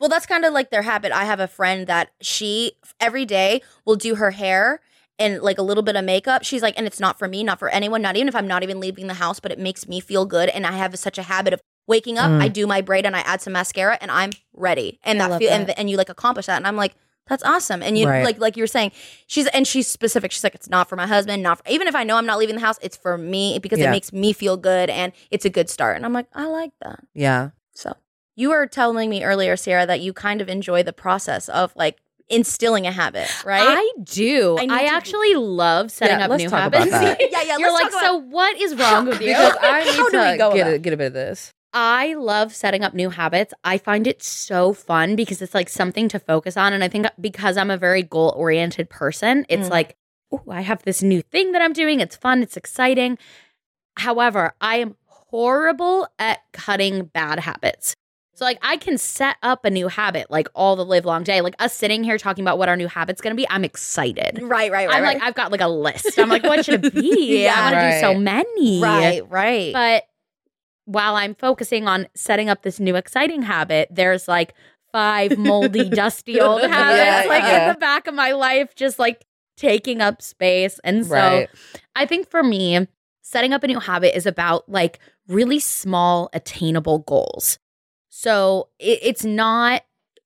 S4: Well, that's kind of like their habit. I have a friend that she every day will do her hair and like a little bit of makeup. She's like, and it's not for me, not for anyone, not even if I'm not even leaving the house, but it makes me feel good. And I have such a habit of waking up,
S3: Mm.
S4: I do my braid and I add some mascara and I'm ready. And
S2: I
S4: that,
S2: love
S4: feel, And,
S2: that.
S4: and you like accomplish that. And I'm like, that's awesome. And you
S3: Right.
S4: like like you were saying, she's and she's specific. She's like, it's not for my husband, not for, even if I know I'm not leaving the house, it's for me because
S3: Yeah.
S4: it makes me feel good and it's a good start. And I'm like, I like that.
S3: Yeah.
S4: So you were telling me earlier, Sierra, that you kind of enjoy the process of like instilling a habit, right?
S2: I do.
S4: I need
S2: I,
S4: to-
S2: actually love setting
S3: Yeah,
S2: up
S3: let's
S2: new
S3: talk about
S2: habits.
S3: that.
S4: yeah, yeah.
S2: You're
S4: let's
S2: like,
S4: talk
S2: so
S4: about-
S2: what is wrong with you?
S3: Because I need
S4: How do we
S3: to
S4: go
S3: get
S4: about
S3: a, get a bit of this.
S2: I love setting up new habits. I find it so fun because it's like something to focus on. And I think because I'm a very goal oriented person, it's
S4: Mm.
S2: like, oh, I have this new thing that I'm doing. It's fun, it's exciting. However, I am horrible at cutting bad habits. So, like, I can set up a new habit like all the live long day. Like, us sitting here talking about what our new habit's gonna be, I'm excited.
S4: right, right, right,
S2: I'm
S4: right.
S2: like, I've got like a list. I'm like, what should it be?
S4: Yeah.
S2: I want to do so
S3: Right.
S2: many.
S4: right, right.
S2: But while I'm focusing on setting up this new exciting habit, there's like five moldy, dusty old
S3: Yeah,
S2: habits like
S3: yeah.
S2: in the back of my life, just like taking up space. And so
S3: right.
S2: I think for me, setting up a new habit is about like really small, attainable goals. So it, it's not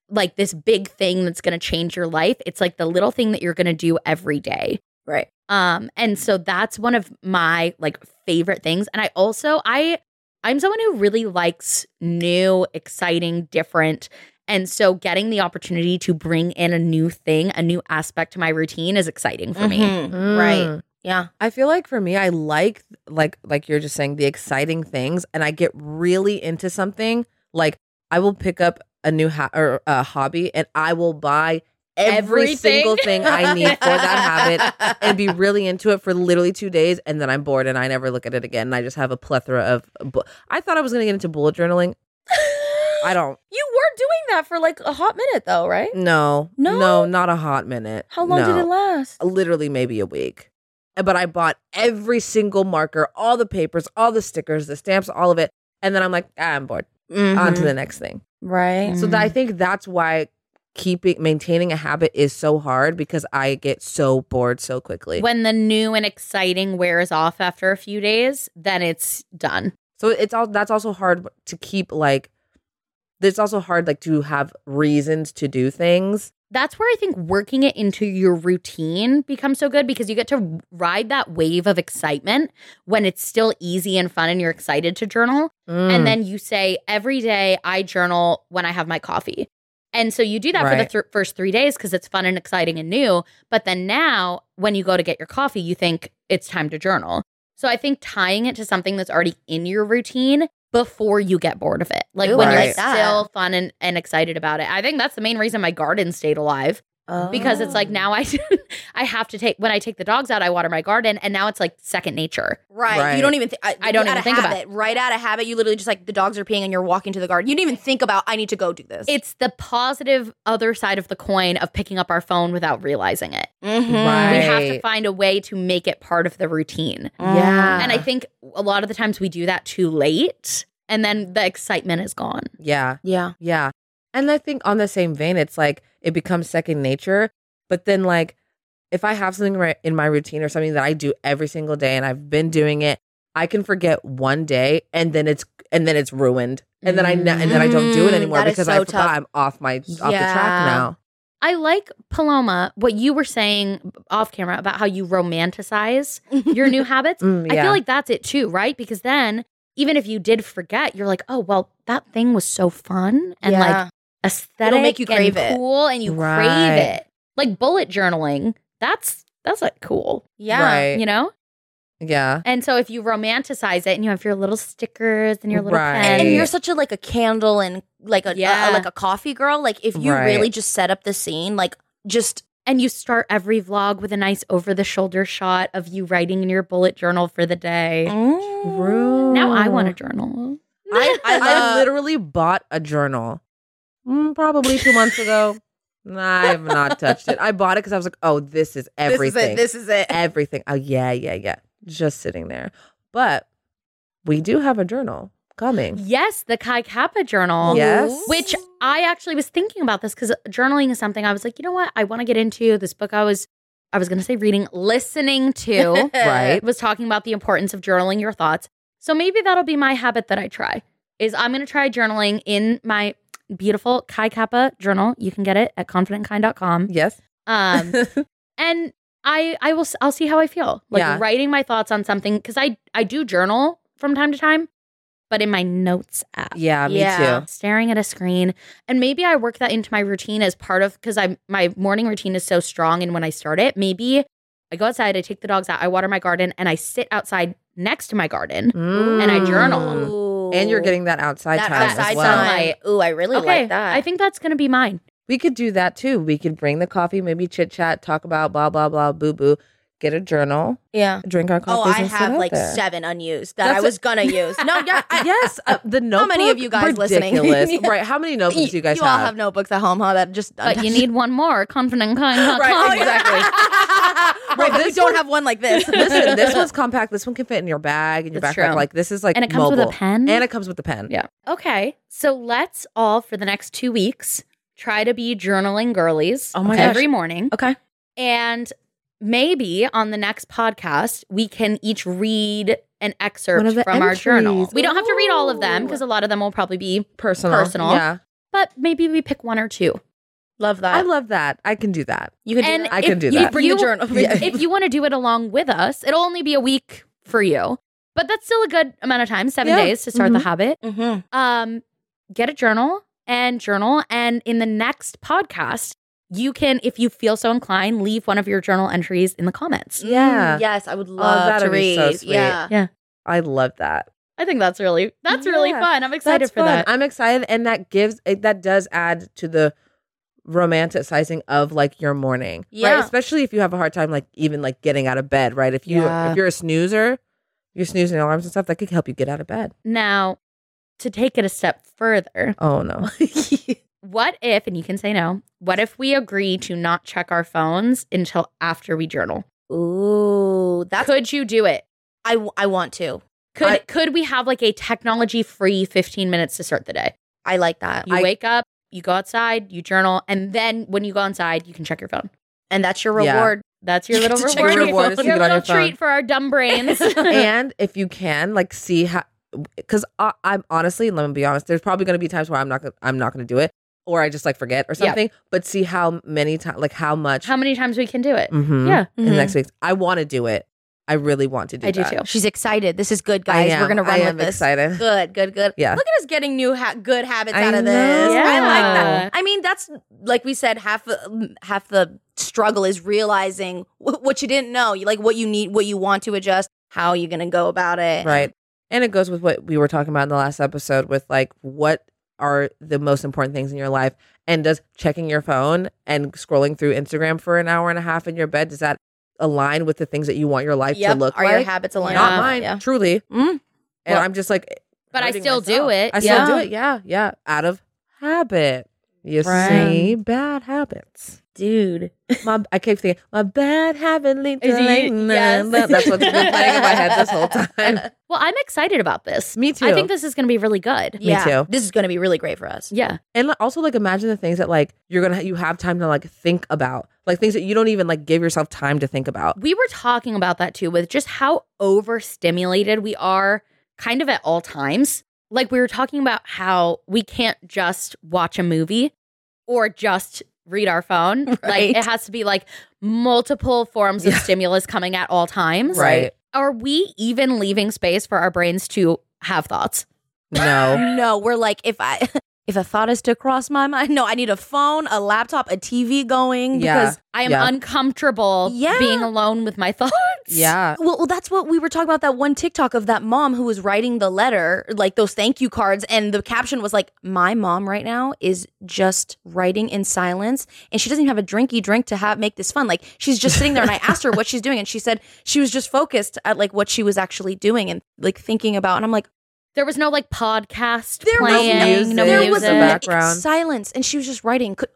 S2: like this big thing that's going to change your life. It's like the little thing that you're going to do every day.
S4: Right.
S2: Um and so that's one of my like favorite things and I also I I'm someone who really likes new, exciting, different And so getting the opportunity to bring in a new thing, a new aspect to my routine is exciting for me.
S3: Mm-hmm.
S4: Mhm. Right. Yeah.
S3: Mm. I feel like for me, I like like like you're just saying the exciting things, and I get really into something. Like I will pick up a new ha- or a hobby, and I will buy every
S2: Everything.
S3: single thing I need for that habit, and
S4: And
S3: be really into it for literally two days, and then I'm bored, and I never look at it again, and I just have a plethora of. Bu- I thought I was gonna get into bullet journaling. I don't.
S4: you were doing that for like a hot minute though, right?
S3: No,
S4: No?
S3: no, not a hot minute.
S4: How long
S3: No.
S4: did it last?
S3: literally maybe a week. But I bought every single marker, all the papers, all the stickers, the stamps, all of it. And then I'm like, ah, I'm bored. On
S4: Mm-hmm.
S3: to the next thing.
S4: Right.
S3: So that, I think that's why keeping maintaining a habit is so hard because I get so bored so quickly.
S2: When the new and exciting wears off after a few days, then it's done.
S3: so it's all that's also hard to keep like it's also hard like to have reasons to do things.
S2: That's where I think working it into your routine becomes so good because you get to ride that wave of excitement when it's still easy and fun and you're excited to journal.
S3: Mm.
S2: And then you say, every day I journal when I have my coffee. And so you do that for
S3: Right.
S2: the th- first three days because it's fun and exciting and new. But then now, when you go to get your coffee, you think it's time to journal. So I think tying it to something that's already in your routine before you get bored of it, like
S4: Ooh,
S2: when
S3: I
S2: you're
S3: like
S4: that.
S2: still fun and, and excited about it. I think that's the main reason my garden stayed alive
S3: Mm.
S2: because it's like now I I have to take when I take the dogs out, I water my garden, and now it's like second nature.
S4: Right.
S3: Right.
S4: You don't even. Th-
S2: I don't even
S4: out of
S2: think about
S4: habit, Right out of habit, you literally just like the dogs are peeing and you're walking to the garden. You didn't even think about I need to go do this.
S2: it's the positive other side of the coin of picking up our phone without realizing it.
S4: Mhm.
S3: Right.
S2: We have to find a way to make it part of the routine.
S4: Mm-hmm.
S3: Yeah.
S2: And I think a lot of the times we do that too late and then the excitement is gone.
S3: yeah.
S4: Yeah.
S3: Yeah. And I think on the same vein, it's like it becomes second nature. But then, like, if I have something ri- in my routine or something that I do every single day and I've been doing it, I can forget one day and then it's and then it's ruined. And then I ne- and then I don't do it
S4: Mm,
S3: anymore
S4: that is
S3: because
S4: so
S3: I forgot
S4: tough.
S3: I'm off my off the track
S4: Yeah.
S3: now.
S2: I like Paloma what you were saying off camera about how you romanticize your new habits.
S3: Mm,
S2: I
S3: yeah.
S2: feel like that's it too, right? Because then even if you did forget, you're like, "Oh, well, that thing was so fun and like aesthetic
S4: make you
S2: and
S4: crave it.
S2: cool and you
S3: Right.
S2: crave it. Like bullet journaling, that's that's like cool,
S4: yeah.
S3: Right.
S2: you know?
S3: Yeah.
S2: And so if you romanticize it and you have your little stickers and your little
S3: Right.
S2: pen,
S4: And
S3: Right.
S4: you're such a like a candle and like a,
S2: Yeah.
S4: a- like a coffee girl. Like if you
S3: Right.
S4: really just set up the scene, like just
S2: and you start every vlog with a nice over the shoulder shot of you writing in your bullet journal for the day.
S4: Mm.
S2: Now I want to journal.
S4: I, I
S3: I
S4: love
S3: literally bought a journal Uh, mm, probably two months ago. I have not touched it. I bought it because I was like, oh, this is everything.
S4: This is it. This is it.
S3: everything. Oh yeah, yeah, yeah. Just sitting there. But we do have a journal coming.
S2: Yes, the Kai Kappa journal.
S3: Yes.
S2: Which I actually was thinking about this because journaling is something I was like, you know what? I want to get into this book I was I was gonna say reading, listening to.
S3: Right.
S2: was talking about the importance of journaling your thoughts. So maybe that'll be my habit that I try. Is I'm going to try journaling in my beautiful Kai Kappa journal. You can get it at confidentkind.com.
S3: Yes.
S2: Um and I I will s- I'll see how I feel. Like
S3: Yeah.
S2: writing my thoughts on something cuz I I do journal from time to time, but in my notes app
S3: yeah, me
S4: Yeah.
S3: too.
S2: staring at a screen and maybe i work that into my routine as part of because i my morning routine is so strong and when i start it maybe i go outside i take the dogs out i water my garden and i sit outside next to my garden And I journal.
S3: Mm. And you're getting that outside
S4: that
S3: time
S4: outside
S3: as well.
S2: time.
S4: sunlight. Ooh, I really like that.
S2: i think that's gonna be mine
S3: We could do that too. We could bring the coffee, maybe chit chat, talk about blah blah blah, boo boo. Get a journal,
S4: yeah.
S3: drink our
S4: Oh,
S3: coffee.
S4: I have like seven unused that
S3: That's
S4: I
S3: a-
S4: was gonna use. No, Oh, yeah, I,
S3: yes, uh, the notebook.
S4: many of you guys listening?
S3: ridiculous.
S4: Yeah.
S3: Right? How many notebooks do you guys
S4: you all have notebooks at home, huh? That just
S2: but you need one more confidentkind.com
S4: right, exactly. right, but we
S3: this
S4: don't
S3: one-
S4: have one like this.
S3: Listen, this one's compact. This one can fit in your bag, in your
S2: That's
S3: backpack.
S2: true.
S3: Like this is like
S2: and it comes with a
S3: mobile.
S2: pen
S3: and it comes with a pen.
S2: Yeah. okay so let's all for the next two weeks try to be journaling girlies
S3: Oh my gosh.
S2: every morning
S4: Okay.
S2: and maybe on the next podcast we can each read an excerpt
S3: One of
S2: from
S3: the
S2: our journal.
S3: entries.
S2: We don't have to read all of them
S4: Ooh.
S2: because a lot of them will probably be,
S3: Personal.
S2: Personal.
S3: Yeah.
S2: but maybe we pick one or two.
S4: Love that.
S3: I love that. I can do that.
S4: you can
S2: And
S4: do that.
S3: I can do
S2: if
S3: that.
S2: you-
S3: You
S4: bring
S2: you-
S4: the journal.
S3: Yeah.
S2: if you want to do it along with us, it'll only be a week for you, but that's still a good amount of time, seven
S3: Yeah.
S4: Mm-hmm.
S2: days to start the habit.
S4: Mhm.
S2: Um, get a journal, and journal. And in the next podcast, you can, if you feel so inclined, leave one of your journal entries in the comments.
S3: Yeah.
S4: Mm,
S3: Oh,
S4: yes, I would love to
S3: that'd
S4: read.
S3: be so sweet.
S4: Yeah.
S3: I love that.
S2: I think that's really that's really
S3: Yeah,
S2: fun. I'm excited
S3: That's
S2: for
S3: fun.
S2: that.
S3: I'm excited, and that gives it, that does add to the romanticizing of like your morning,
S4: Yeah.
S3: right? Especially if you have a hard time like even like getting out of bed, right? If you
S2: Yeah.
S3: if you're a snoozer, you're snoozing alarms and stuff that could help you get out of bed.
S2: now, to take it a step further,
S3: Oh no,
S2: what if and you can say no, what if we agree to not check our phones until after we journal?
S4: Ooh, that's
S2: could you do it?
S4: I w- I want to.
S2: Could
S4: I-
S2: could we have like a technology free 15 minutes to start the day?
S4: I like that.
S2: You
S3: I-
S2: wake up, you go outside, you journal, and then when you go inside, you can check your phone.
S4: And that's your
S3: Yeah.
S4: reward.
S2: That's your
S4: You
S2: little
S4: have to check
S2: reward.
S4: your reward
S3: is to
S2: Your
S3: get on
S2: little
S3: your phone.
S2: treat for our dumb brains.
S3: and if you can like see how, because I'm honestly, let me be honest, there's probably going to be times where I'm not gonna, I'm not going to do it, or I just like forget or
S2: Yeah.
S3: something. But see how many times, like how much.
S2: How many times we can do it? Yeah.
S3: Mhm.
S2: Mm-hmm.
S3: In
S4: Mm-hmm.
S3: the next week, I want to do it. I really want to do.
S2: I do
S3: that.
S2: too.
S4: She's excited. This is good,
S3: I
S4: guys.
S3: am-
S4: We're gonna
S3: I
S4: run
S3: am
S4: with this.
S3: Excited.
S4: Good, good, good.
S3: Yeah.
S4: Look at us getting new ha- good habits
S3: I
S4: out of this.
S3: know.
S4: I like
S2: Yeah.
S4: that. I mean, that's like we said, half the- mm, half the struggle is realizing wh- what you didn't know, You like what you need, what you want to adjust, how you're gonna go about it.
S3: Right. And it goes with what we were talking about in the last episode with like what are the most important things in your life and does checking your phone and scrolling through Instagram for an hour and a half in your bed does that align with the things that you want your life
S4: Yep.
S3: to look
S4: Are
S3: like?
S4: your habits aligned? Uh,
S3: Not
S2: Yeah.
S3: mine, truly.
S4: Mm.
S3: And
S4: Well,
S3: I'm just like
S2: But I
S3: hurting
S2: still do
S3: myself.
S2: it.
S3: I
S2: Yeah.
S3: still do it. Yeah, yeah, out of habit. You
S2: Right.
S3: see, bad habits.
S4: dude.
S3: My, I keep thinking my bad habit leads to
S2: Is he-
S3: like, nah,
S2: yes.
S3: nah. that's what's been playing in my head this whole time.
S2: Well, I'm excited about this.
S3: Me too.
S2: I think this is going to be really good.
S4: Yeah,
S3: too.
S4: this is gonna be really great for us.
S2: Yeah.
S3: and like, also like imagine the things that like you're gonna you have time to like think about like things that you don't even like give yourself time to think about
S2: We were talking about that too with just how overstimulated we are kind of at all times. Like we were talking about how we can't just watch a movie or just read our phone. Like
S4: Right.
S2: it has to be like multiple forms of
S3: Yeah.
S2: stimulus coming at all times. Are we even leaving space for our brains to have thoughts?
S3: no
S4: No, we're like if I if a thought is to cross my mind, no, I need a phone, a laptop, a TV going
S3: Yeah.
S4: because
S2: I am
S3: Yeah.
S2: uncomfortable
S4: Yeah.
S2: being alone with my thoughts.
S3: yeah
S4: Well, well, that's what we were talking about that one TikTok of that mom who was writing the letter, like those thank you cards. And the caption was like, My mom right now is just writing in silence and she doesn't even have a drinky drink to have make this fun. Like she's just sitting there and I asked her what she's doing and she said she was just focused at like what she was actually doing and like thinking about and I'm like,
S2: There was no like podcast
S4: There was
S2: playing, no
S3: no music.
S4: there
S2: music.
S3: in
S4: was
S3: the
S4: n-
S3: background.
S4: silence and she was just writing. Could,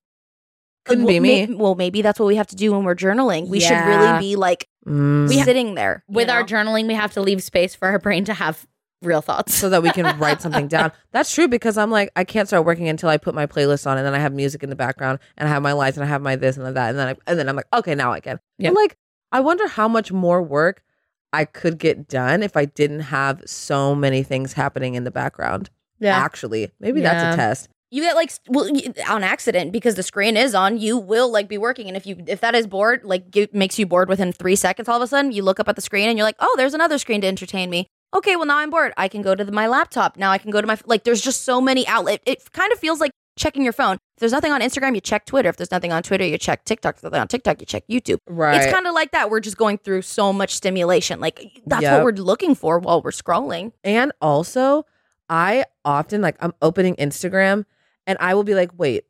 S3: Couldn't
S4: well,
S3: be me.
S4: may- well, maybe that's what we have to do when we're journaling. We should
S2: Yeah.
S4: really be like
S3: Mm.
S4: sitting there you
S2: With our
S4: know?
S2: journaling, we have to leave space for our brain to have real thoughts.
S3: so that we can write something down that's true because i'm like i can't start working until i put my playlist on and then i have music in the background and i have my lights and i have my this and that and then I, and then i'm like okay now i can
S2: Yeah.
S3: But, like i wonder how much more work i could get done if i didn't have so many things happening in the background actually maybe that's
S2: Yeah.
S3: a test
S4: you get like s- well y- on accident because the screen is on you will like be working and if you if that is bored like it makes you bored within three seconds all of a sudden you look up at the screen and you're like oh there's another screen to entertain me okay well now i'm bored i can go to the, my laptop now i can go to my f- like there's just so many outlet it kind of feels like checking your phone if there's nothing on instagram you check twitter if there's nothing on twitter you check tiktok if there's nothing on tiktok you check youtube
S3: right
S4: it's kind of like that we're just going through so much stimulation like that's
S3: Yep.
S4: what we're looking for while we're scrolling
S3: And also, I often like I'm opening Instagram and I will be like, wait,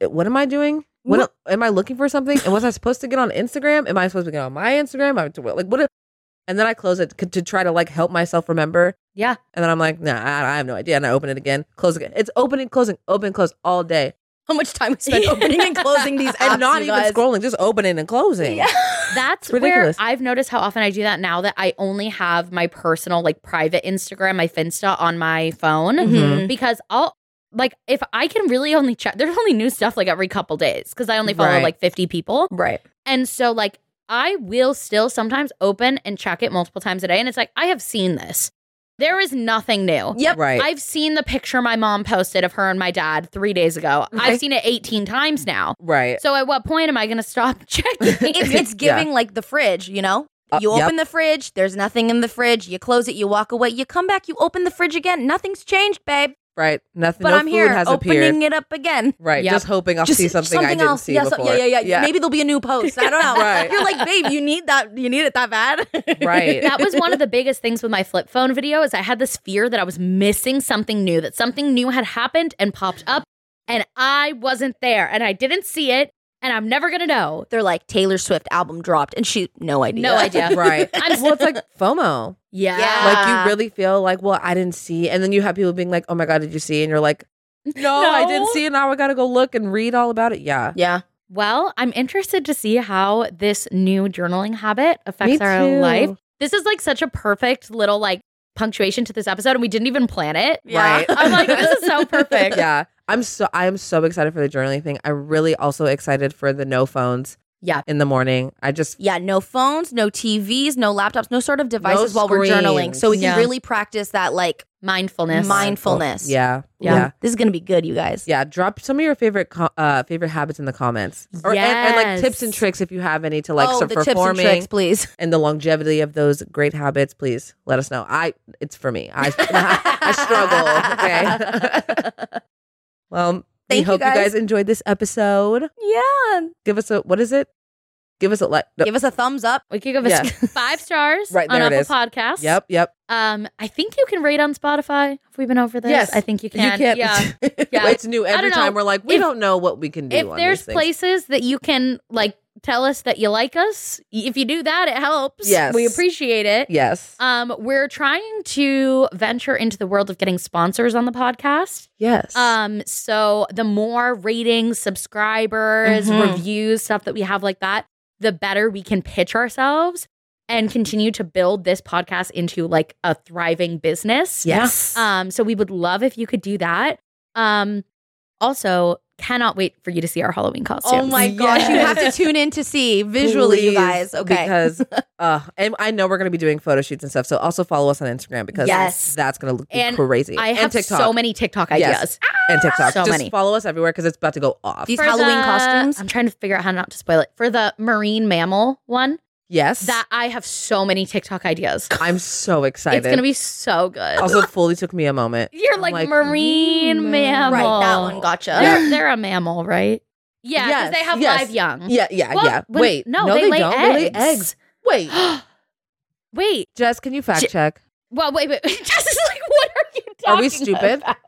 S3: eh, what am I doing? What, am I looking for something? And was I supposed to get on Instagram? Am I supposed to get on my Instagram? I'm like, what? If, and then I close it c- to try to like help myself remember.
S2: Yeah.
S3: And then I'm like, nah, I, I have no idea. And I open it again, close again. It's opening, closing, open, close all day,
S4: how much time we spend opening and closing these apps
S3: and not
S4: you
S3: even
S4: guys.
S3: scrolling, just opening and closing.
S4: Yeah.
S2: That's
S3: It's ridiculous.
S2: where I've noticed how often I do that now that I only have my personal, like private Instagram, my Finsta on my phone
S4: Mm-hmm.
S3: Mhm.
S2: because I'll. Like if I can really only check, there's only new stuff like every couple days because I only follow
S3: Right.
S2: like 50 people,
S4: right
S2: and so like I will still sometimes open and check it multiple times a day, and it's like I have seen this. There is nothing new.
S4: Yep.
S3: Right.
S2: I've seen the picture my mom posted of her and my dad three days ago. I've
S4: Right.
S2: seen it 18 times now.
S3: right.
S2: So at what point am I going to stop checking?
S4: it's, it's
S3: Yeah.
S4: giving like the fridge, you know?
S3: Uh,
S4: You
S3: yep.
S4: open the fridge, there's nothing in the fridge. You close it, you walk away, you come back, you open the fridge again, nothing's changed, babe.
S3: right? Nothing.
S4: But
S3: no
S4: I'm
S3: food
S4: here
S3: has
S4: opening
S3: appeared.
S4: it up again.
S3: Right.
S2: Yep.
S3: Just hoping I'll
S4: Just
S3: see something, I didn't see
S4: yeah, so-
S3: before.
S4: yeah, yeah, yeah, Maybe there'll be a new post. I don't know.
S3: Right.
S4: You're like, babe, you need that. You need it that bad.
S3: Right.
S2: that was one of the biggest things with my flip phone video is I had this fear that I was missing something new, that something new had happened and popped up and I wasn't there and I didn't see it and I'm never going to know.
S4: They're like Taylor Swift album dropped, and she no idea.
S2: No idea. Uh,
S3: right.
S2: I'm-
S3: well, it's like FOMO.
S2: Yeah.
S4: Yeah.
S3: Like
S4: Ah.
S3: you really feel like, well, I didn't see, and then you have people being like, "Oh my god, did you see?" And you're like, "No, I didn't see." And now I got to go look and read all about it. Yeah,
S4: yeah.
S2: Well, I'm interested to see how this new journaling habit affects
S3: Me
S2: our
S3: too.
S2: life. This is like such a perfect little like punctuation to this episode and we didn't even plan it.
S4: Yeah.
S3: Right.
S2: I'm like, this is so perfect.
S3: yeah. I'm so I am so excited for the journaling thing. I'm really also excited for the no phones.
S2: Yeah.
S3: in the morning. I just
S4: Yeah, no phones, no TVs, no laptops, no sort of devices while we're journaling.
S3: screens.
S4: So we can
S2: Yeah.
S4: really practice that like
S2: Mindfulness.
S4: mindfulness.
S3: yeah
S2: Yeah.
S3: yeah yeah,
S4: This is going to be good, you guys.
S3: Drop some of your favorite co- uh favorite habits in the comments or and, and like tips and
S2: Yes.
S3: tricks if you have any to like
S4: oh,
S3: so
S4: the
S3: for
S4: tips and
S3: forming
S4: tricks, please.
S3: and the longevity of those great habits. Please let us know. I it's for me. I I struggle. Okay. well, we
S4: Thank you,
S3: hope you guys.
S4: guys.
S3: enjoyed this episode.
S4: Yeah.
S3: Give us a what is it? Give us a like. no-
S4: Give us a thumbs up.
S2: We could give us
S3: Yeah.
S2: five stars
S3: Right,
S2: on
S3: there it
S2: Apple
S3: is.
S2: Podcasts.
S3: Yep, yep.
S2: Um, I think you can rate on Spotify. Have we been over this?
S3: Yes.
S2: I think you can.
S3: You can't.
S2: Yeah. Yeah.
S3: it's new every
S2: don't know.
S3: time. We're like, we
S2: If-
S3: don't know what we can do.
S2: if
S3: on
S2: there's
S3: these things.
S2: places that you can like tell us that you like us, y- if you do that, it helps.
S3: Yes.
S2: We appreciate it.
S3: yes,
S2: Um, we're trying to venture into the world of getting sponsors on the podcast.
S3: yes,
S2: Um, so the more ratings, subscribers,
S3: Mhm.
S2: reviews, stuff that we have like that, the better we can pitch ourselves and continue to build this podcast into like a thriving business.
S3: yes.
S2: Um, so we would love if you could do that. Um, also, cannot wait for you to see our Halloween costumes.
S4: Oh my gosh, you have to tune in to see visually, you
S3: Please,
S4: guys. Okay.
S3: because uh, and I know we're gonna be doing photo shoots and stuff. So also follow us on Instagram because
S4: Yes.
S3: that's gonna look be
S2: And
S3: crazy.
S2: I have
S3: and TikTok
S2: so many TikTok
S3: Yes.
S2: ideas.
S3: and TikTok.
S2: so
S3: Just
S2: many.
S3: follow us everywhere because it's about to go off.
S4: These
S2: For
S4: Halloween
S2: the-
S4: costumes?
S2: I'm trying to figure out how not to spoil it. For the marine mammal one,
S3: Yes,
S2: that I have so many TikTok ideas.
S3: I'm so excited.
S2: It's gonna be so good.
S3: also fully took me a moment.
S2: You're
S3: I'm
S2: like, marine mammal.
S4: Right, that one, gotcha.
S2: They're, they're a mammal, right? Yeah, because
S3: Yes,
S2: they have
S3: yes.
S2: live young.
S3: "Mm-hmm." Yeah, yeah,
S2: Well,
S3: yeah.
S2: when-
S3: Wait,
S2: no, they, lay
S3: don't.
S2: eggs.
S3: They lay eggs. Wait,
S2: Wait,
S3: Jess, can you fact
S2: J-
S3: check?
S2: well, wait, wait. Jess is like, what are you talking
S3: Are we stupid?
S2: about?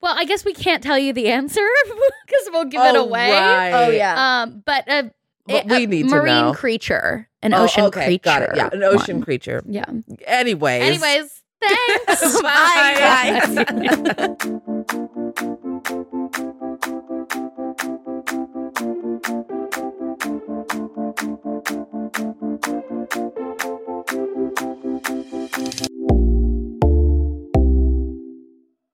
S2: Well, I guess we can't tell you the answer because we'll give it
S3: Oh,
S2: away.
S3: right.
S4: oh, yeah.
S2: Um, but, uh,
S3: But
S2: a-
S3: we
S2: a
S3: need to
S2: marine
S3: know.
S2: creature, an
S3: Oh,
S2: ocean
S3: okay,
S2: creature.
S3: Got it. Yeah, an ocean
S2: one.
S3: creature.
S2: Yeah.
S3: Anyways.
S2: Anyways, thanks.
S3: Bye,
S2: Bye.
S3: guys.